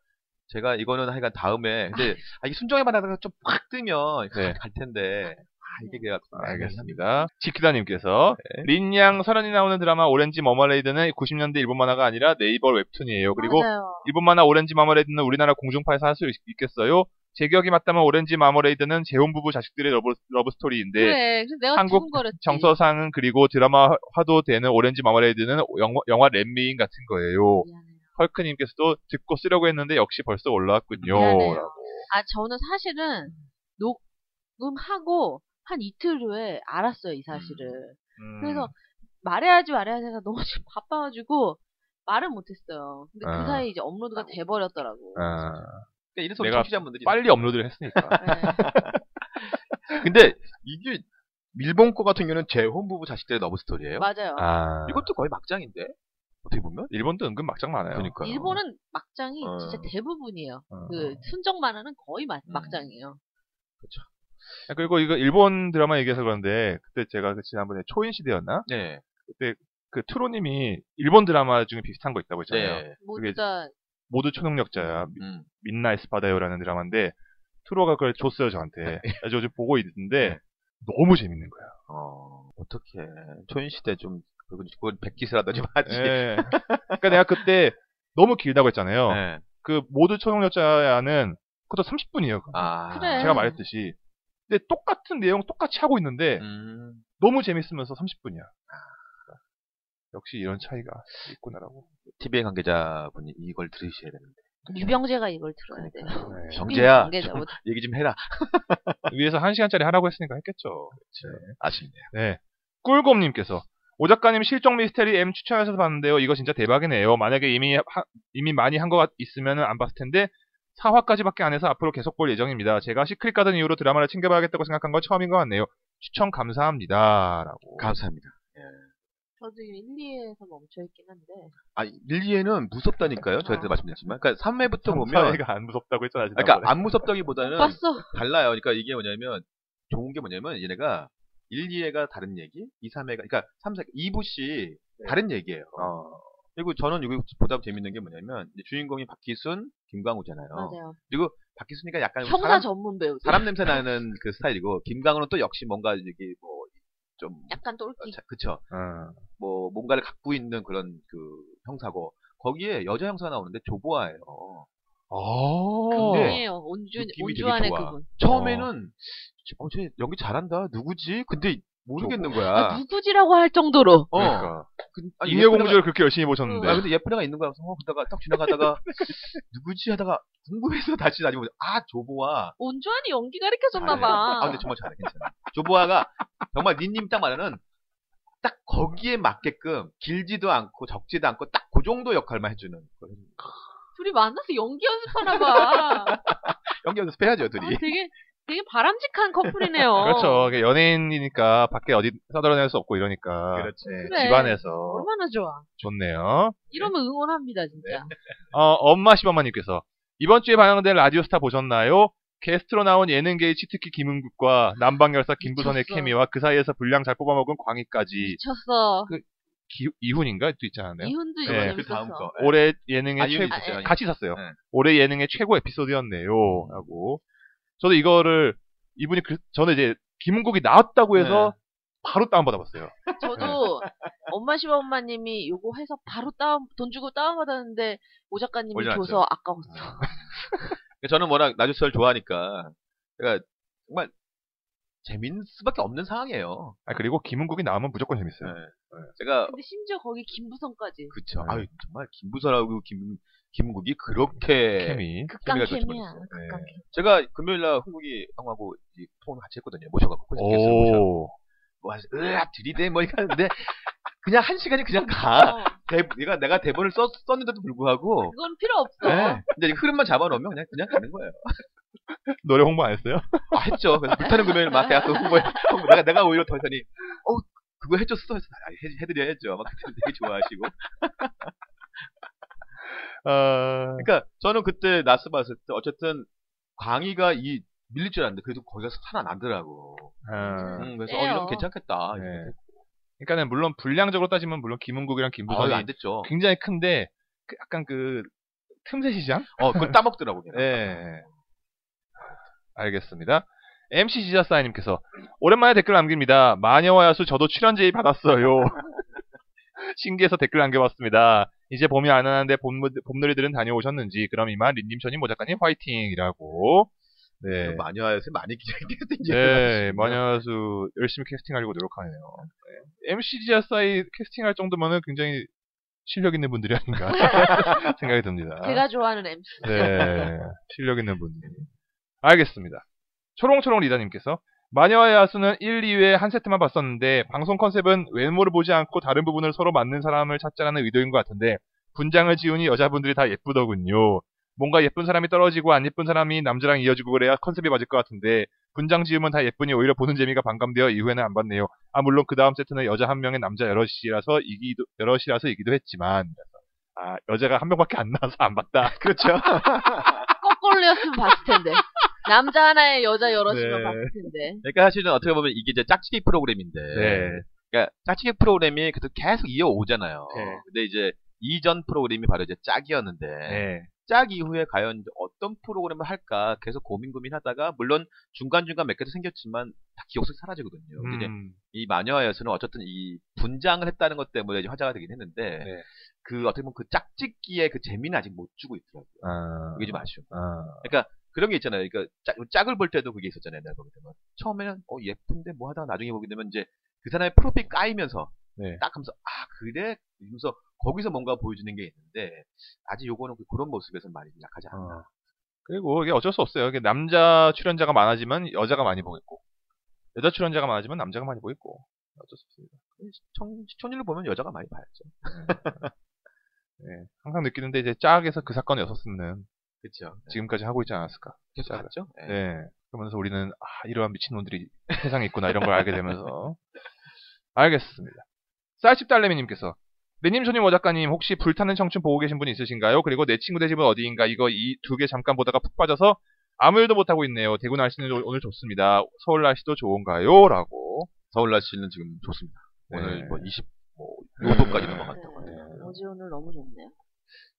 Speaker 3: 제가 이거는 하여간 다음에 근데 아, 이게 순정의 바다가 좀 확 뜨면
Speaker 2: 네.
Speaker 3: 갈 텐데 아 이게 그래
Speaker 2: 알겠습니다. 지키다님께서
Speaker 3: 네.
Speaker 2: 린양 설현이 나오는 드라마 오렌지 머머레이드는 90년대 일본 만화가 아니라 네이버 웹툰이에요. 그리고
Speaker 1: 맞아요.
Speaker 2: 일본 만화 오렌지 마머레이드는 우리나라 공중파에서 할 수 있겠어요? 제 기억이 맞다면 오렌지 마머레이드는 재혼 부부 자식들의 러브, 러브 스토리인데
Speaker 1: 그래. 그래서 내가
Speaker 2: 네. 한국
Speaker 1: 두근거렸지.
Speaker 2: 정서상은 그리고 드라마 화도 되는 오렌지 마머레이드는 영화, 영화 렛미인 같은 거예요.
Speaker 1: 네, 미안해요.
Speaker 2: 헐크님께서도 듣고 쓰려고 했는데 역시 벌써 올라왔군요.
Speaker 1: 미안해요. 아 저는 사실은 녹음하고 한 이틀 후에 알았어요 이 사실을.
Speaker 2: 음,
Speaker 1: 그래서 말해야지 말해야지 해서 너무 지금 바빠가지고 말을 못했어요. 근데
Speaker 2: 아.
Speaker 1: 그 사이 이제 업로드가 돼버렸더라고.
Speaker 2: 아,
Speaker 3: 그러니까 이래서
Speaker 2: 내가
Speaker 3: 청취자분들이
Speaker 2: 빨리 업로드를 했으니까.
Speaker 1: 네.
Speaker 3: 근데 이게 일본 거 같은 경우는 재혼 부부 자식들의 러브 스토리예요.
Speaker 1: 네, 맞아요.
Speaker 2: 아,
Speaker 3: 이것도 거의 막장인데 어떻게 보면
Speaker 2: 일본도 은근 막장 많아요.
Speaker 3: 그러니까요.
Speaker 1: 일본은 막장이
Speaker 3: 어.
Speaker 1: 진짜 대부분이에요.
Speaker 2: 어.
Speaker 1: 그 순정 만화는 거의 막,
Speaker 3: 음.
Speaker 1: 장이에요
Speaker 2: 아, 그리고 이거 일본 드라마 얘기해서 그런데 그때 제가 그 지난번에 초인 시대였나?
Speaker 3: 네.
Speaker 2: 그 트로님이 일본 드라마 중에 비슷한 거 있다고 했잖아요.
Speaker 3: 네.
Speaker 1: 뭐
Speaker 2: 그게
Speaker 1: 모두가
Speaker 2: 모두 초능력자야.
Speaker 3: 음.
Speaker 2: 민나이 스파다요라는 드라마인데 트로가 그걸 줬어요 저한테. 그래서 요즘 보고 있는데 너무 재밌는 거야.
Speaker 3: 어, 어떻게 초인시대 좀 그건 그건 백기스라든지 맞지.
Speaker 2: 예. 그러니까 내가 그때 너무 길다고 했잖아요.
Speaker 3: 네.
Speaker 2: 그 모두 초능력자야는 그것도 30분이에요.
Speaker 3: 아.
Speaker 1: 그래.
Speaker 2: 제가 말했듯이. 근데 똑같은 내용 똑같이 하고 있는데
Speaker 3: 음.
Speaker 2: 너무 재밌으면서 30분이야. 역시 이런 차이가 있구나라고.
Speaker 3: TV의 관계자분이 이걸 들으셔야 되는데.
Speaker 1: 유병재가 이걸 들어야 돼요.
Speaker 2: 네.
Speaker 3: 경제야.
Speaker 1: 관계자. 뭐
Speaker 3: 좀 얘기 좀 해라.
Speaker 2: 위에서 1시간짜리 하라고 했으니까 했겠죠.
Speaker 3: 아쉽네요.
Speaker 2: 네. 꿀곰님께서 오 작가님 실종 미스테리 M 추천해서 봤는데요. 이거 진짜 대박이네요. 만약에 이미 하- 이미 많이 한 거 있으면 안 봤을 텐데 4화까지밖에 안 해서 앞으로 계속 볼 예정입니다. 제가 시크릿 가든 이후로 드라마를 챙겨봐야겠다고 생각한 건 처음인 것 같네요. 추천 감사합니다라고.
Speaker 3: 감사합니다.
Speaker 1: 저도 1, 2에서 멈춰있긴 한데.
Speaker 3: 아, 릴리에는 무섭다니까요. 저한테
Speaker 1: 어.
Speaker 3: 말씀드렸지만. 그러니까 3회부터 보면
Speaker 2: 삼사회가 안 무섭다고 했잖아.
Speaker 3: 그러니까
Speaker 2: 지난번에.
Speaker 3: 안 무섭다기보다는
Speaker 1: 봤어.
Speaker 3: 달라요. 그러니까 이게 뭐냐면 좋은 게 뭐냐면 얘네가 1, 2회가 다른 얘기, 2, 3회가 그러니까 3, 4, 2부씩 다른 얘기예요.
Speaker 2: 네. 어.
Speaker 3: 그리고 저는 이거 보다 재밌는 게 뭐냐면 이제 주인공이 박기순, 김광우잖아요.
Speaker 1: 맞아요.
Speaker 3: 박기순이가 약간
Speaker 1: 형사
Speaker 3: 뭐 사람,
Speaker 1: 전문 배우.
Speaker 3: 사람 냄새 나는 그 스타일이고 김광우는 또 역시 뭔가 이게 뭐좀
Speaker 1: 약간 똘끼.
Speaker 3: 그쵸
Speaker 2: 어.
Speaker 3: 뭐 뭔가를 갖고 있는 그런 그 형사고 거기에 여자 형사 나오는데 조보아예요.
Speaker 2: 어.
Speaker 3: 근데
Speaker 1: 그분이에요. 온주,
Speaker 3: 느낌이 되게
Speaker 1: 온주안의
Speaker 3: 좋아.
Speaker 1: 그분.
Speaker 3: 처음에는 어, 쟤 연기 잘한다. 누구지? 근데 모르겠는 거야.
Speaker 1: 아, 누구지라고 할 정도로.
Speaker 3: 어.
Speaker 2: 그러니까.
Speaker 3: 그- 아니,
Speaker 2: 인여
Speaker 3: 예쁜 애가-
Speaker 2: 공주를 그렇게 열심히 보셨는데.
Speaker 3: 아 근데 예쁜 애가 있는 거야. 그래서 어, 그러다가 딱 지나가다가 누구지 하다가 궁금해서 다시 다니고 아 조보아.
Speaker 1: 온주안이 연기
Speaker 3: 잘해.
Speaker 1: 가르쳐줬나봐.
Speaker 3: 아 근데 정말 잘해 괜찮아. 조보아가 정말 니님 딱 말하는 딱 거기에 맞게끔 길지도 않고 적지도 않고 딱 그 정도 역할만 해주는 거.
Speaker 1: 둘이 만나서 연기 연습하나봐.
Speaker 3: 연기 연습해야죠
Speaker 1: 아,
Speaker 3: 둘이.
Speaker 1: 되게, 되게 바람직한 커플이네요.
Speaker 3: 아, 어.
Speaker 2: 그렇죠. 이게 연예인이니까 밖에 어디 떠들어낼 수 없고 이러니까
Speaker 3: 그렇죠.
Speaker 1: 그래.
Speaker 2: 집안에서
Speaker 1: 얼마나 좋아.
Speaker 2: 좋네요.
Speaker 1: 이러면 응원합니다, 진짜.
Speaker 3: 네.
Speaker 2: 어, 엄마 시바마님께서 이번 주에 방영될 라디오스타 보셨나요? 게스트로 나온 예능계의 치트키 김은국과 남방열사 김부선의
Speaker 1: 미쳤어.
Speaker 2: 케미와 그 사이에서 분량 잘 뽑아먹은 광희까지
Speaker 1: 미쳤어.
Speaker 2: 기- 이훈인가 또 있지 않았나요?
Speaker 1: 이훈도 그렇죠.
Speaker 2: 네,
Speaker 1: 이거
Speaker 2: 예,
Speaker 3: 그 다음
Speaker 1: 재밌었어.
Speaker 3: 거.
Speaker 2: 올해 예능의
Speaker 3: 아,
Speaker 2: 최고
Speaker 3: 이훈이 있었죠,
Speaker 2: 같이 있었어요.
Speaker 3: 네.
Speaker 2: 올해 예능의 최고 에피소드였네요.라고 저도 이거를 이분이 그- 저는 이제 김은국이 나왔다고 해서
Speaker 3: 네.
Speaker 2: 바로 다운받아봤어요.
Speaker 1: 저도 엄마 시바 엄마님이 요거 해서 바로 다운 돈 주고 다운 받았는데 오 작가님이
Speaker 3: 올려놨죠.
Speaker 1: 줘서 아까웠어.
Speaker 3: 네. 저는 워낙 나주설 좋아하니까 그러니까 정말 재밌는 수밖에 없는 상황이에요.
Speaker 2: 아, 그리고 김은국이 나오면 무조건 재밌어요.
Speaker 3: 제가
Speaker 1: 근데 심지어 거기 김부성까지
Speaker 3: 그쵸.
Speaker 2: 네.
Speaker 3: 아유 정말 김부선하고 김 김국이 그렇게
Speaker 2: 케미.
Speaker 1: 극강
Speaker 3: 재미가 좋지
Speaker 1: 캠이야.
Speaker 3: 못했어요. 네.
Speaker 1: 극강 캠.
Speaker 3: 제가 금요일날 흥국이 형하고 이 통을 같이 했거든요. 모셔갖고 콘서트 했어요. 모셔갖고.
Speaker 2: 오.
Speaker 3: 뭐 하시- 으악 들이대 뭐 이렇게 하는데 그냥 한 시간이 그냥 가.
Speaker 1: 어,
Speaker 3: 대, 내가 내가 대본을 썼, 썼는데도 불구하고
Speaker 1: 그건 필요 없어.
Speaker 3: 네. 근데 흐름만 잡아놓으면 그냥 그냥 가는 거예요.
Speaker 2: 노래 홍보 안 했어요?
Speaker 3: 아, 했죠. 그래서 불타는 금요일 막 내가 그 홍보에 홍보- 내가 내가 오히려 더 했더니 어 그거 해줬어 해서 아, 해, 해드려야죠. 막 그때 되게 좋아하시고.
Speaker 2: 아,
Speaker 3: 그러니까 저는 그때 나스 봤을 때 어쨌든 광희가 이 밀릴 줄 알았는데 그래도 거기가 살아나더라고.
Speaker 2: 아.
Speaker 3: 음, 그래서 어,
Speaker 1: 떼요.
Speaker 3: 이런 괜찮겠다.
Speaker 2: 네.
Speaker 3: 이렇게
Speaker 2: 그러니까는 물론 분량적으로 따지면 물론 김은국이랑
Speaker 3: 아,
Speaker 2: 김부선이
Speaker 3: 안 됐죠.
Speaker 2: 굉장히 큰데 그 약간 그 틈새 시장?
Speaker 3: 어, 그걸 따먹더라고.
Speaker 2: 예. 알겠습니다. MC 지자사님께서 오랜만에 댓글 남깁니다. 마녀와 야수 저도 출연 제의 받았어요. 신기해서 댓글 남겨봤습니다. 이제 봄이 안 하는데 봄, 봄놀이들은 다녀오셨는지 그럼 이만 린님 전임 모작가님 화이팅이라고 네.
Speaker 3: 마녀에서 많이 기대했던
Speaker 2: 네, 마녀수 열심히 캐스팅하려고 노력하네요. MC 지하사이 캐스팅할 정도면은 굉장히 실력 있는 분들이 아닌가 생각이 듭니다.
Speaker 1: 제가 좋아하는 MC.
Speaker 2: 네, 실력 있는 분들. 알겠습니다. 초롱초롱 리더님께서 마녀와 야수는 1, 2회 한 세트만 봤었는데 방송 컨셉은 외모를 보지 않고 다른 부분을 서로 맞는 사람을 찾자는 의도인 것 같은데 분장을 지우니 여자분들이 다 예쁘더군요. 뭔가 예쁜 사람이 떨어지고 안 예쁜 사람이 남자랑 이어지고 그래야 컨셉이 맞을 것 같은데 분장 지우면 다 예쁘니 오히려 보는 재미가 반감되어 이후에는 안 봤네요. 아 물론 그 다음 세트는 여자 한 명에 남자 여럿이라서 이기도 여럿이라서 이기도 했지만 아 여자가 한 명밖에 안 나와서 안 봤다. 그렇죠.
Speaker 1: 거꾸로였으면 봤을 텐데. 남자 하나에 여자 여럿이면
Speaker 2: 네.
Speaker 1: 봤을 텐데.
Speaker 3: 그러니까 사실은 어떻게 보면 이게 이제 짝짓기 프로그램인데.
Speaker 2: 네.
Speaker 3: 그러니까 짝짓기 프로그램이 그래도 계속 이어오잖아요.
Speaker 2: 네.
Speaker 3: 근데 이제 이전 프로그램이 바로 이제 짝이었는데
Speaker 2: 네.
Speaker 3: 짝 이후에 과연 이제 어떤 프로그램을 할까 계속 고민 고민하다가 물론 중간 중간 몇 개도 생겼지만 다 기억 속에 사라지거든요. 근데 이제
Speaker 2: 음,
Speaker 3: 이 마녀와여수는 어쨌든 이 분장을 했다는 것 때문에 이제 화제가 되긴 했는데
Speaker 2: 네.
Speaker 3: 그 어떻게 보면 그 짝짓기의 그 재미는 아직 못 주고 있더라고요.
Speaker 2: 아,
Speaker 3: 그게 좀 아쉬워.
Speaker 2: 아,
Speaker 3: 그런 게 있잖아요. 그러니까 짝, 짝을 볼 때도 그게 있었잖아요. 내가 보게 되면 처음에는 어 예쁜데 뭐 하다가 나중에 보게 되면 이제 그 사람의 프로필 까이면서
Speaker 2: 네.
Speaker 3: 딱 하면서 아 그래 이러면서 거기서 뭔가 보여주는 게 있는데 아직 요거는 그- 그런 모습에서 많이 약하지 않나.
Speaker 2: 어. 그리고 이게 어쩔 수 없어요. 이게 남자 출연자가 많아지면 여자가 많이 보겠고, 여자 출연자가 많아지면 남자가 많이 보겠고, 어쩔 수 없습니다.
Speaker 3: 그 시청, 시청률을 보면 여자가 많이 봐야죠.
Speaker 2: 네, 항상 느끼는데 이제 짝에서 그 사건을 여섰으면
Speaker 3: 그렇죠.
Speaker 2: 지금까지 하고 있지 않았을까.
Speaker 3: 계속
Speaker 2: 짝을.
Speaker 3: 봤죠. 예.
Speaker 2: 네. 그러면서 우리는 아, 이러한 미친놈들이 세상에 있구나 이런 걸 알게 되면서 알겠습니다. 쌀집 딸내미님께서 네 내님 손님 오작가님 혹시 불타는 청춘 보고 계신 분 있으신가요? 그리고 내 친구 내 집은 어디인가 이거 이 두 개 잠깐 보다가 푹 빠져서 아무 일도 못 하고 있네요. 대구 날씨는 오- 오늘 좋습니다. 서울 날씨도 좋은가요?라고
Speaker 3: 서울 날씨는 지금 좋습니다.
Speaker 2: 네.
Speaker 3: 오늘 뭐 20, 뭐, 요 도까지
Speaker 2: 네.
Speaker 3: 넘어갔다.
Speaker 1: 어제 오늘 너무 좋네요.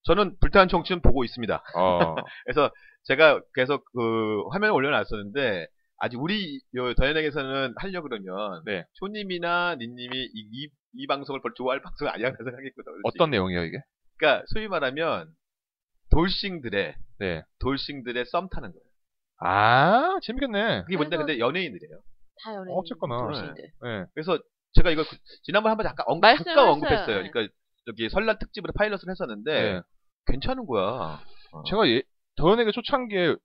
Speaker 3: 저는 불타는 청춘 보고 있습니다.
Speaker 2: 어,
Speaker 3: 그래서 제가 계속 그 화면을 올려놨었는데, 아직 우리 요 더현에게서는 하려고 그러면,
Speaker 2: 네.
Speaker 3: 초님이나 니님이 이, 이, 이 방송을 별로 좋아할 방송이 아니라고 생각했거든요.
Speaker 2: 어떤 내용이에요 이게?
Speaker 3: 그러니까 소위 말하면, 돌싱들의,
Speaker 2: 네.
Speaker 3: 돌싱들의 썸 타는 거예요.
Speaker 2: 아 재밌겠네.
Speaker 3: 그게 뭔데,
Speaker 1: 그래서-
Speaker 3: 근데 연예인들이에요.
Speaker 1: 다 연예인.
Speaker 2: 어쨌거나.
Speaker 1: 정신들.
Speaker 2: 네.
Speaker 3: 그래서 제가 이걸 그- 지난번에 한번 잠깐 언,
Speaker 1: 말씀을
Speaker 3: 잠깐
Speaker 1: 했어요.
Speaker 3: 언급했어요.
Speaker 1: 네.
Speaker 3: 그러니까 여기 설날 특집으로 파일럿을 했었는데,
Speaker 2: 네.
Speaker 3: 괜찮은 거야. 어.
Speaker 2: 제가 예, 더현에게 초창기에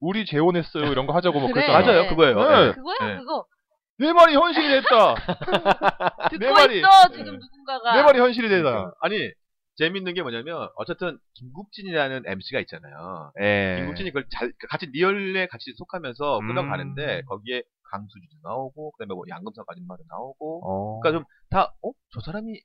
Speaker 2: 우리 재혼했어요 이런 거 하자고 막
Speaker 1: 그래.
Speaker 2: 그랬잖아요.
Speaker 3: 맞아요,
Speaker 1: 네.
Speaker 3: 그거예요.
Speaker 2: 네.
Speaker 3: 예.
Speaker 1: 그거야
Speaker 3: 네.
Speaker 1: 그거.
Speaker 2: 내 말이 현실이 됐다.
Speaker 3: 아,
Speaker 2: 내
Speaker 1: 듣고
Speaker 2: 말이-
Speaker 1: 있어 지금
Speaker 2: 네.
Speaker 1: 누군가가.
Speaker 2: 내 말이 현실이 되다.
Speaker 3: 그러니까. 아니 재밌는 게 뭐냐면 어쨌든 김국진이라는 MC가 있잖아요.
Speaker 2: 예.
Speaker 3: 김국진이 그걸 잘 같이 리얼에 같이 속하면서
Speaker 2: 음.
Speaker 3: 끌어가는데 거기에 강수지도 나오고 그다음에 뭐 양금석 아줌마도 나오고
Speaker 2: 어.
Speaker 3: 그러니까 다어저 사람이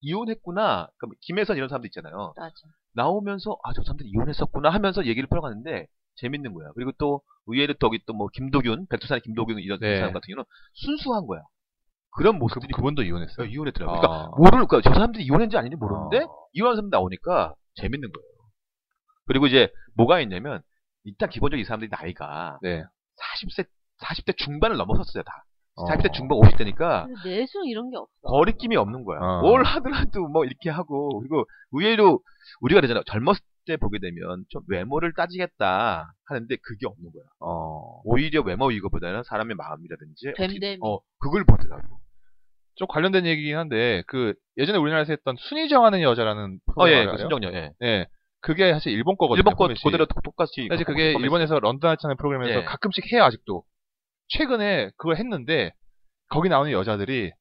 Speaker 3: 이혼했구나. 그럼 김혜선 이런 사람도 있잖아요.
Speaker 1: 맞아.
Speaker 3: 나오면서 아 저 사람들 이혼했었구나 하면서 얘기를 풀어가는데 재밌는 거야. 그리고 또 의외로 또 여기 또뭐 김도균 백두산의 김도균 이런
Speaker 2: 네.
Speaker 3: 사람 같은 경우는 순수한 거야. 그런
Speaker 2: 그,
Speaker 3: 모습들이
Speaker 2: 분도 이혼했어요.
Speaker 3: 야, 이혼했더라고.
Speaker 2: 아.
Speaker 3: 그러니까 모를 까요저 사람들이 이혼했는지 아닌지 모르는데
Speaker 2: 어.
Speaker 3: 이혼한 사람 나오니까 재밌는 거예요. 그리고 이제 뭐가 있냐면 일단 기본적으로 이 사람들이 나이가
Speaker 2: 네.
Speaker 3: 40세 40대 중반을 넘어섰어요 다.
Speaker 2: 어.
Speaker 3: 40대 중반 50대니까
Speaker 1: 근데 내숭 이런 게 없어.
Speaker 3: 거리낌이 없는 거야.
Speaker 2: 어.
Speaker 3: 뭘 하더라도 뭐 이렇게 하고 그리고 의외로 우리가 그러잖아 젊었을 때 보게 되면 좀 외모를 따지겠다 하는데 그게 없는 거야.
Speaker 2: 어.
Speaker 3: 오히려 외모 이거보다는 사람의 마음이라든지 어떻게-
Speaker 1: 됨됨이.
Speaker 3: 어 그걸 보더라고.
Speaker 2: 좀 관련된 얘기긴 한데 그 예전에 우리나라에서 했던 순위 정하는 여자라는
Speaker 3: 어
Speaker 2: 프로그램
Speaker 3: 예,
Speaker 2: 알아요?
Speaker 3: 그 순정녀 예.
Speaker 2: 예. 그게 사실 일본 거거든요.
Speaker 3: 일본 거
Speaker 2: 포맷이.
Speaker 3: 그대로 똑같이
Speaker 2: 사실 그게
Speaker 3: 포맷이
Speaker 2: 일본에서 런던 하차는 프로그램에서
Speaker 3: 예.
Speaker 2: 가끔씩 해요 아직도. 최근에 그걸 했는데 거기 나오는 여자들이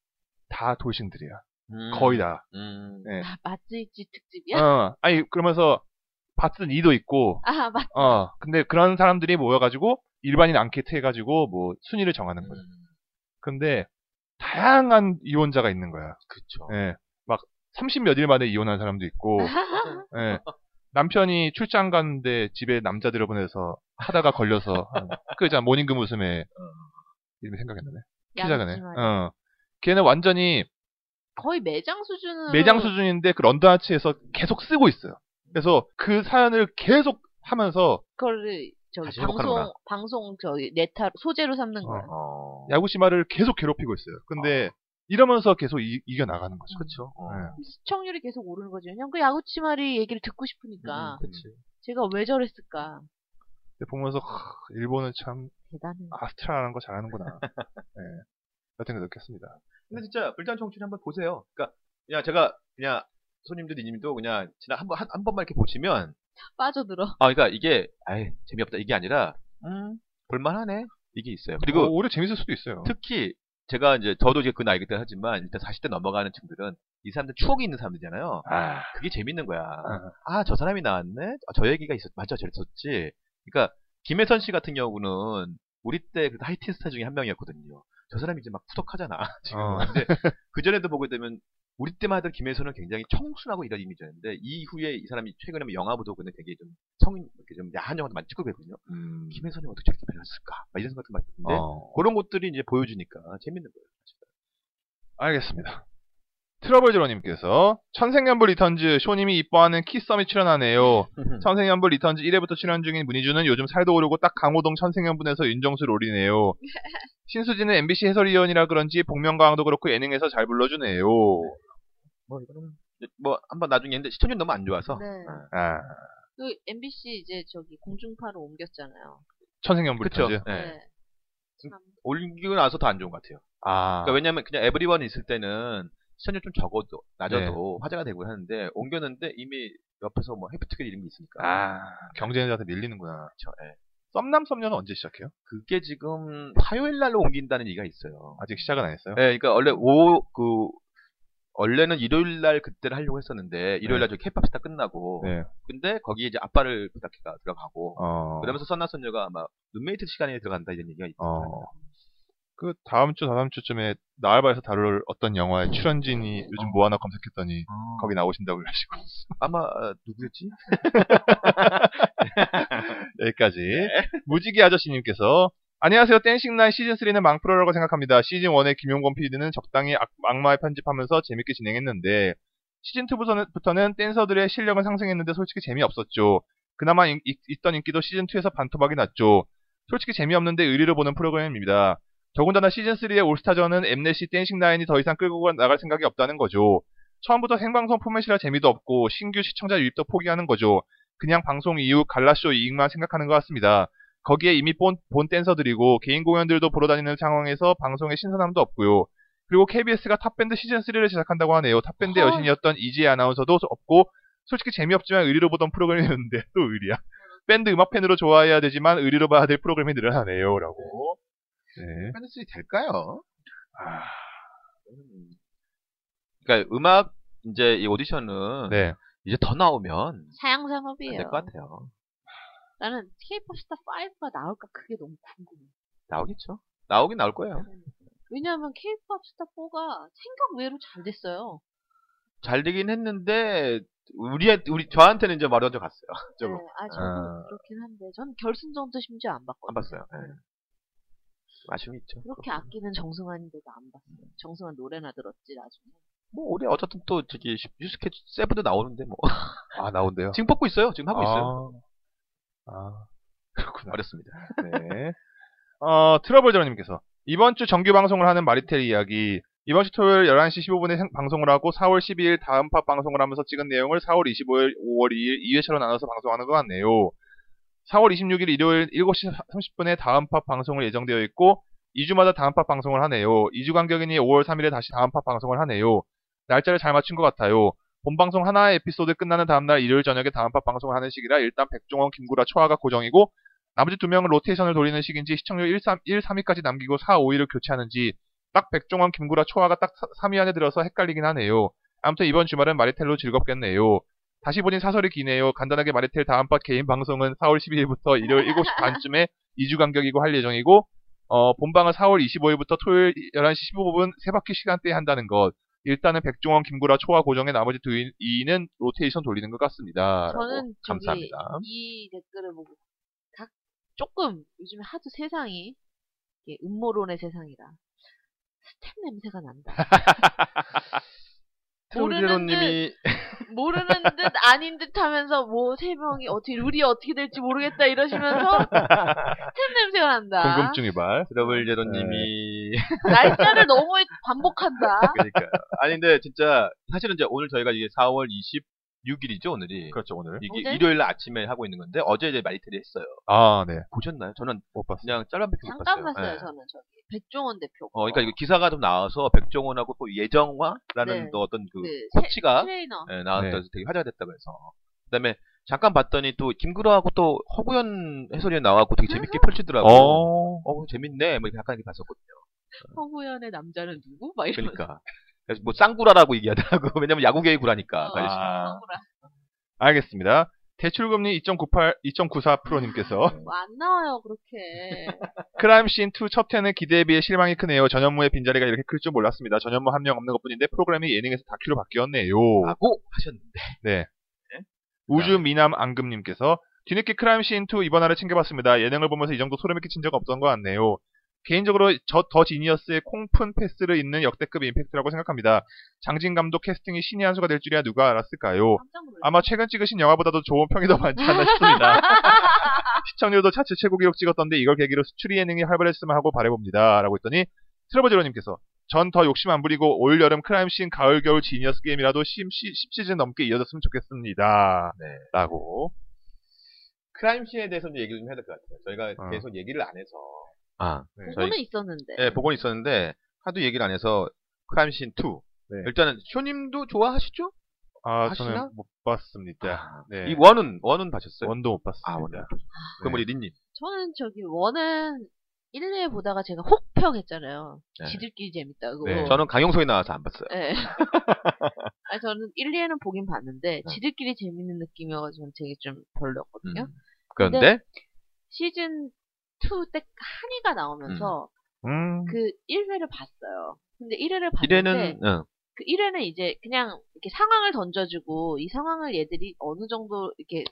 Speaker 2: 다 돌싱들이야.
Speaker 3: 음. 예?
Speaker 2: 거의 다.
Speaker 3: 음.
Speaker 2: 예.
Speaker 1: 아, 맛집지 특집이야?
Speaker 2: 어. 아니 그러면서 봤던 이도 있고
Speaker 1: 아, 맞.
Speaker 2: 어, 근데 그런 사람들이 모여가지고 일반인 앙케트 해가지고 뭐 순위를 정하는
Speaker 3: 음.
Speaker 2: 거예요. 근데 다양한 이혼자가 있는 거야.
Speaker 3: 그쵸. 아.
Speaker 2: 예. 막 30 몇 일 만에 이혼한 사람도 있고, 예. 남편이 출장 갔는데 집에 남자 들여보내서 하다가 걸려서 그자 모닝금 웃음에 이름이 생각이 안 나네. 피자가네.
Speaker 1: 양심하게.
Speaker 2: 어. 걔는 완전히
Speaker 1: 거의 매장 수준으로
Speaker 2: 매장 수준인데 그 런던 아치에서 계속 쓰고 있어요. 그래서 그 사연을 계속 하면서
Speaker 1: 그걸 저기
Speaker 2: 다시 회복하는구나.
Speaker 1: 방송 방송 저기 네타 소재로 삼는 거야.
Speaker 2: 어.
Speaker 3: 어.
Speaker 2: 야구시마를 계속 괴롭히고 있어요. 근데 이러면서 계속 이, 겨나가는 거죠.
Speaker 3: 아. 그쵸. 어.
Speaker 2: 네.
Speaker 1: 시청률이 계속 오르는 거죠. 그냥 그 야구치마리 얘기를 듣고 싶으니까
Speaker 3: 음, 그치.
Speaker 1: 제가 왜 저랬을까
Speaker 2: 근데 보면서 하, 일본은 참
Speaker 1: 대단해.
Speaker 2: 아스트라라는 거 잘하는구나. 네. 여튼 그렇겠습니다.
Speaker 3: 근데 진짜 불타는 청춘 한번 보세요. 그러니까 그냥 제가 그냥 손님들 님도 그냥 지난 한번 한, 한 번만 이렇게 보시면
Speaker 1: 빠져들어.
Speaker 3: 아 그러니까 이게 아이 재미없다 이게 아니라 음 볼만하네 이게 있어요.
Speaker 2: 그리고
Speaker 3: 그리고
Speaker 2: 오히려 재밌을 수도 있어요.
Speaker 3: 특히 제가 이제 저도 이제 그 나이기 때 하지만 일단 40대 넘어가는 층들은 이 사람들 추억이 있는 사람들이잖아요.
Speaker 2: 아,
Speaker 3: 그게 재밌는 거야. 아, 저 사람이 나왔네? 아, 저 얘기가 있었, 맞아, 저랬었지. 그러니까, 김혜선 씨 같은 경우는, 우리 때 그 하이틴 스타 중에 한 명이었거든요. 저 사람이 이제 막 푸석하잖아, 지금.
Speaker 2: 어.
Speaker 3: 근데, 그전에도 보게 되면, 우리 때만 하던 김혜선은 굉장히 청순하고 이런 이미지였는데, 이후에 이 사람이 최근에 영화보도 근데 되게 좀 성인, 이렇게 좀 야한 영화도 많이 찍고 그랬거든요.
Speaker 2: 음.
Speaker 3: 김혜선이 어떻게 저렇게 변했을까? 막 이런 생각도 많이 드는데,
Speaker 2: 어.
Speaker 3: 그런 것들이 이제 보여주니까 재밌는 거예요. 사실.
Speaker 2: 알겠습니다. 트러블드러님께서 천생연분 리턴즈 쇼님이 이뻐하는 키썸이 출연하네요. 천생연분 리턴즈 1회부터 출연 중인 문희준은 요즘 살도 오르고 딱 강호동 천생연분에서 윤정수를 올리네요. 신수진은 MBC 해설위원이라 그런지 복면가왕도 그렇고 예능에서 잘 불러주네요.
Speaker 3: 뭐, 이거는, 뭐, 한번 나중에 했는데, 시청률 너무 안 좋아서,
Speaker 1: 네.
Speaker 3: 아.
Speaker 2: 아,
Speaker 1: 그 MBC 이제 저기 공중파로 옮겼잖아요.
Speaker 2: 천생연분
Speaker 3: 그쵸.
Speaker 2: 리턴즈.
Speaker 3: 예.
Speaker 1: 네. 참
Speaker 3: 올리고 나서 더 안 좋은 것 같아요.
Speaker 2: 아,
Speaker 3: 그러니까 왜냐면 그냥 에브리원 있을 때는 시청률 좀 적어도
Speaker 2: 네.
Speaker 3: 낮아도 화제가 되고 하는데 옮겼는데 이미 옆에서 뭐 해피투게 이런 게 있으니까
Speaker 2: 아, 경쟁자한테 밀리는구나.
Speaker 3: 그쵸, 예.
Speaker 2: 썸남 썸녀는 언제 시작해요?
Speaker 3: 그게 지금 화요일 날로 옮긴다는 얘기가 있어요.
Speaker 2: 아직 시작은 안 했어요.
Speaker 3: 예, 그러니까 원래 오 그 원래는 일요일 날 그때를 하려고 했었는데 일요일 날 저기 케이팝 스타 끝나고
Speaker 2: 네.
Speaker 3: 근데 거기에 이제 아빠를 부탁해가 들어가고
Speaker 2: 어.
Speaker 3: 그러면서 선나 선녀가 아마 룸메이트 시간에 들어간다 이런 얘기가 있어요.
Speaker 2: 어. 그 다음 주, 다다음 주쯤에 나알바에서 다룰 어떤 영화의 출연진이
Speaker 3: 어.
Speaker 2: 요즘 뭐 하나 검색했더니 거기 나오신다고 하시고
Speaker 3: 아마 어, 누구였지?
Speaker 2: 여기까지 무지개 아저씨님께서 안녕하세요 댄싱라인 시즌3는 망프로라고 생각합니다 시즌1의 김용건 PD는 적당히 악, 악마의 편집하면서 재밌게 진행했는데 시즌2부터는 댄서들의 실력은 상승했는데 솔직히 재미없었죠 그나마 인- 있- 있던 인기도 시즌2에서 반토막이 났죠 솔직히 재미없는데 의리로 보는 프로그램입니다 더군다나 시즌3의 올스타전은 엠넷이 댄싱라인이 더 이상 끌고 가- 나갈 생각이 없다는 거죠 처음부터 생방송 포맷이라 재미도 없고 신규 시청자 유입도 포기하는 거죠 그냥 방송 이후 갈라쇼 이익만 생각하는 것 같습니다. 거기에 이미 본, 본 댄서들이고 개인 공연들도 보러 다니는 상황에서 방송의 신선함도 없고요. 그리고 KBS가 탑밴드 시즌3를 제작한다고 하네요. 탑밴드
Speaker 1: 헐.
Speaker 2: 여신이었던 이지혜 아나운서도 없고 솔직히 재미없지만 의리로 보던 프로그램이었는데 또 의리야. 밴드 음악 팬으로 좋아해야 되지만 의리로 봐야 될 프로그램이 늘어나네요. 라고. 네.
Speaker 3: 팬들이 될까요? 음. 아. 그러니까 음악 이제 이 오디션은
Speaker 2: 네.
Speaker 3: 이제 더 나오면
Speaker 1: 사양
Speaker 3: 될
Speaker 1: 산업이에요.
Speaker 3: 것 같아요.
Speaker 1: 나는 K-pop 스타 5가 나올까 그게 너무 궁금해.
Speaker 3: 나오겠죠. 나오긴 나올 거예요.
Speaker 1: 왜냐하면 K-pop 스타 4가 생각 외로 잘 됐어요.
Speaker 3: 잘 되긴 했는데 우리 우리 저한테는 이제 마루한테 갔어요. 저거
Speaker 1: 네, 아 저도
Speaker 2: 아.
Speaker 1: 그렇긴 한데 전 결승전도 심지어 안
Speaker 3: 안
Speaker 1: 봤거든요.
Speaker 3: 봤어요. 예. 아쉬움이 있죠.
Speaker 1: 그렇게 아끼는 정승환인데도 안
Speaker 2: 음.
Speaker 1: 봤어요. 정승환 노래나 들었지 나중에.
Speaker 3: 뭐 올해 어쨌든 또 저기 슈- 뉴스캐 세븐도 나오는데 뭐
Speaker 2: 아, 나온대요.
Speaker 3: 지금 뽑고 있어요. 지금 하고 있어요.
Speaker 2: 아, 아, 그렇구나.
Speaker 3: 어렵습니다.
Speaker 2: 네. 어, 트러블드러님께서 이번 주 정규 방송을 하는 마리텔 이야기 이번 주 토요일 11시 15분에 방송을 하고 4월 12일 다음 팟 방송을 하면서 찍은 내용을 4월 25일, 5월 2일 2회차로 나눠서 방송하는 것 같네요. 4월 26일 일요일 7시 30분에 다음 팟 방송을 예정되어 있고 2주마다 다음 팟 방송을 하네요. 2주 간격이니 5월 3일에 다시 다음 팟 방송을 하네요. 날짜를 잘 맞춘 것 같아요. 본 방송 하나의 에피소드 끝나는 다음날 일요일 저녁에 다음 팟 방송을 하는 시기라 일단 백종원, 김구라, 초아가 고정이고 나머지 두 명은 로테이션을 돌리는 식인지 시청률 1, 3, 1, 3위까지 남기고 4, 5위를 교체하는지 딱 백종원, 김구라, 초아가 딱 3위 안에 들어서 헷갈리긴 하네요. 아무튼 이번 주말은 마리텔로 즐겁겠네요. 다시 보니 사설이 기네요. 간단하게 마리텔 다음번 개인 방송은 4월 12일부터 일요일 7시 반쯤에 2주 간격이고 할 예정이고 어, 본방은 4월 25일부터 토요일 11시 15분 세바퀴 시간대에 한다는 것. 일단은 백종원, 김구라, 초와 고정의 나머지 두 인- 이인은 로테이션 돌리는 것 같습니다. 라고.
Speaker 1: 저는 저기
Speaker 2: 감사합니다.
Speaker 1: 이 댓글을 보고 각 조금 요즘 에 하도 세상이 이게 음모론의 세상이라 스텝 냄새가 난다. 모르는데
Speaker 3: 트로제로님이
Speaker 1: 모르는 듯 아닌 듯 하면서 뭐 세 명이 어떻게 룰이 어떻게 될지 모르겠다 이러시면서 스텝 냄새가 난다.
Speaker 2: 궁금증 유발.
Speaker 3: 트러블제로님이
Speaker 2: 네.
Speaker 1: 날짜를 너무 반복한다.
Speaker 3: 그러니까 아니 근데 진짜 사실은 이제 오늘 저희가 이게 4월 26일이죠 오늘이
Speaker 2: 그렇죠 오늘.
Speaker 3: 이게
Speaker 1: 어제?
Speaker 3: 일요일 날 아침에 하고 있는 건데 어제 이제 마이트리 했어요
Speaker 2: 아 네.
Speaker 3: 보셨나요? 저는
Speaker 2: 못 봤어요.
Speaker 3: 그냥 짤랑밖에 못
Speaker 1: 잠깐
Speaker 3: 봤어요.
Speaker 1: 봤어요
Speaker 3: 예.
Speaker 1: 저는 저기 백종원 대표.
Speaker 3: 어, 그러니까 이거 기사가 좀 나와서 백종원하고 또 예정화라는
Speaker 1: 네.
Speaker 3: 또 어떤 그
Speaker 1: 그 세-
Speaker 3: 코치가
Speaker 1: 트레이너.
Speaker 3: 예, 나왔다
Speaker 2: 네.
Speaker 3: 해서 되게 화제가 됐다고 해서 그다음에 잠깐 봤더니 또 김구라하고 또 허구현 해설위원 나와갖고
Speaker 1: 음.
Speaker 3: 되게 재밌게 펼치더라고요.
Speaker 2: 어.
Speaker 3: 어, 재밌네. 뭐 이렇게 약간 이렇게 봤었거든요.
Speaker 1: 허구연의 남자는 누구? 막 이러면서
Speaker 3: 그러니까. 그래서 뭐 쌍구라라고 얘기하더라고. 왜냐면 야구계의 구라니까.
Speaker 1: 어,
Speaker 3: 그 아저씨.
Speaker 2: 아.
Speaker 1: 허구라.
Speaker 2: 알겠습니다. 대출금리 2.98, 2.94%님께서
Speaker 1: 뭐안 나와요 그렇게.
Speaker 3: 어.
Speaker 2: 크라임씬 2첫 텐의 기대에 비해 실망이 크네요. 전현무의 빈자리가 이렇게 클 줄 몰랐습니다. 전현무 함량 없는 것뿐인데 프로그램이 예능에서 다큐로 바뀌었네요.
Speaker 3: 라고 하셨는데.
Speaker 2: 네. 우주 미남 앙금님께서 뒤늦게 크라임씬 2 이번 화를 챙겨봤습니다. 예능을 보면서 이 정도 소름이 끼친 적 없던 것 같네요. 개인적으로 저 더 지니어스의 콩푼 패스를 잇는 역대급 임팩트라고 생각합니다. 장진 감독 캐스팅이 신의 한 수가 될 줄이야 누가 알았을까요?
Speaker 1: 깜짝 놀랐어요.
Speaker 2: 아마 최근 찍으신 영화보다도 좋은 평이 더 많지 않나 싶습니다. 시청률도 차트 최고 기록 찍었던데 이걸 계기로 수출 예능이 활발했으면 하고 바래봅니다. 라고 했더니 트러블제로님께서 전 더 욕심 안 부리고 올 여름 크라임씬 가을 겨울 지니어스 게임이라도 10시, 즌 넘게 이어졌으면 좋겠습니다.
Speaker 3: 네.
Speaker 2: 라고.
Speaker 3: 크라임 씬에 대해서 좀 얘기 좀 해야 될 것 같아요. 저희가
Speaker 2: 어.
Speaker 3: 계속 얘기를 안 해서. 아,
Speaker 1: 그거는 있었는데.
Speaker 3: 예, 보고 있었는데, 하도 얘기를 안 해서, 크라임 씬 2.
Speaker 2: 네.
Speaker 3: 일단은, 쇼님도 좋아하시죠?
Speaker 2: 아,
Speaker 3: 하시나?
Speaker 2: 저는 못 봤습니다. 네.
Speaker 3: 이 원은, 아, 원은 봐셨어요?
Speaker 2: 원도 못 봤습니다.
Speaker 3: 아, 원은. 그럼 우리 린님.
Speaker 1: 저는 저기 원은 1, 2회 보다가 제가 혹평했잖아요.
Speaker 3: 네.
Speaker 1: 지들끼리 재밌다고.
Speaker 2: 네.
Speaker 3: 저는 강용석이 나와서 안 봤어요.
Speaker 1: 예. 아니, 저는 1, 2회는 보긴 봤는데 지들끼리 재밌는 느낌이어가지고 되게 좀 별로였거든요.
Speaker 3: 네. 음. 그런데,
Speaker 1: 시즌 2 때 한이가 나오면서
Speaker 2: 음,
Speaker 1: 그 1회를 봤어요. 근데 1회를
Speaker 3: 이
Speaker 1: 봤는데
Speaker 3: 1회는, 응.
Speaker 1: 그 1회는 이제 그냥 이렇게 상황을 던져주고 이 상황을 얘들이 어느 정도 이렇게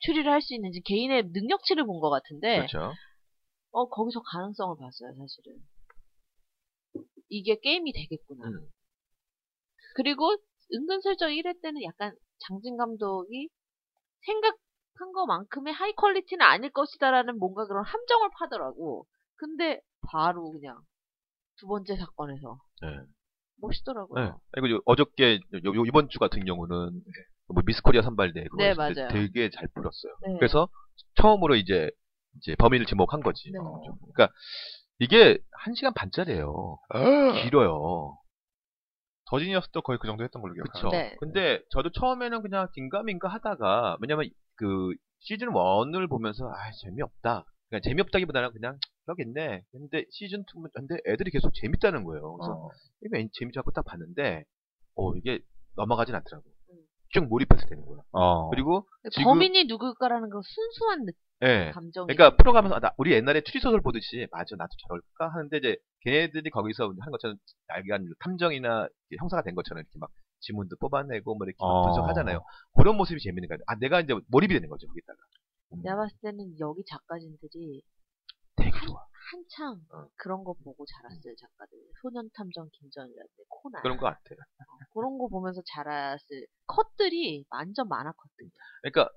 Speaker 1: 추리를 할 수 있는지 개인의 능력치를 본 것 같은데
Speaker 3: 그렇죠.
Speaker 1: 어 거기서 가능성을 봤어요 사실은 이게 게임이 되겠구나
Speaker 3: 음.
Speaker 1: 그리고 은근슬쩍 1회 때는 약간 장진 감독이 생각한 것만큼의 하이 퀄리티는 아닐 것이다라는 뭔가 그런 함정을 파더라고 근데 바로 그냥 두 번째 사건에서
Speaker 3: 네. 네.
Speaker 1: 멋있더라고요
Speaker 3: 그리고 요- 어저께, 요- 요- 이번 주 같은 경우는, 뭐 미스코리아 선발대, 그거
Speaker 1: 네,
Speaker 3: 했을 때
Speaker 1: 맞아요.
Speaker 3: 되게 잘 풀었어요.
Speaker 1: 네.
Speaker 3: 그래서 처음으로 이제 이제 범인을 지목한 거지.
Speaker 1: 네.
Speaker 3: 그러니까 이게 한 시간 반짜리예요.
Speaker 2: 그
Speaker 3: 길어요.
Speaker 2: 더 지니어스도 거의 그 정도 했던 걸로
Speaker 3: 그렇죠.
Speaker 2: 기억해요.
Speaker 1: 네.
Speaker 3: 근데 저도 처음에는 그냥 긴가민가 하다가 왜냐면 그 시즌 1을 보면서 아 재미없다. 그러니까 재미없다기보다는 그냥 그러겠네. 근데 시즌 2 근데 애들이 계속 재밌다는 거예요.
Speaker 1: 어.
Speaker 3: 그래서 이게 왠지 재밌지 않고 딱 봤는데 어 이게 넘어가진 않더라고.
Speaker 1: 음.
Speaker 3: 쭉 몰입해서 되는 거야.
Speaker 2: 어.
Speaker 3: 그리고 지금-
Speaker 1: 범인이 누굴까라는 그 순수한 느낌
Speaker 3: 예.
Speaker 1: 감정이
Speaker 3: 그러니까 풀어가면서 아, 나- 우리 옛날에 추리소설 보듯이 맞아 나도 저럴까 하는데 이제 걔네들이 거기서 한 것처럼 약간 탐정이나 이제 형사가 된 것처럼 이렇게 막 지문도 뽑아내고 뭐 이렇게 막
Speaker 2: 어.
Speaker 3: 분석하잖아요. 그런 모습이 재밌는 거예요. 아 내가 이제 몰입이 되는 거죠 거기다가. 음,
Speaker 1: 내가 봤을 때는 여기 작가진들이
Speaker 3: 되게 좋아.
Speaker 1: 한창
Speaker 3: 어.
Speaker 1: 그런 거 보고 자랐을 작가들. 소년탐정 김전이라든지 코난.
Speaker 3: 그런 거 같아요.
Speaker 1: 그런 거 보면서 자랐을 컷들이 완전 만화 컷들.
Speaker 3: 그러니까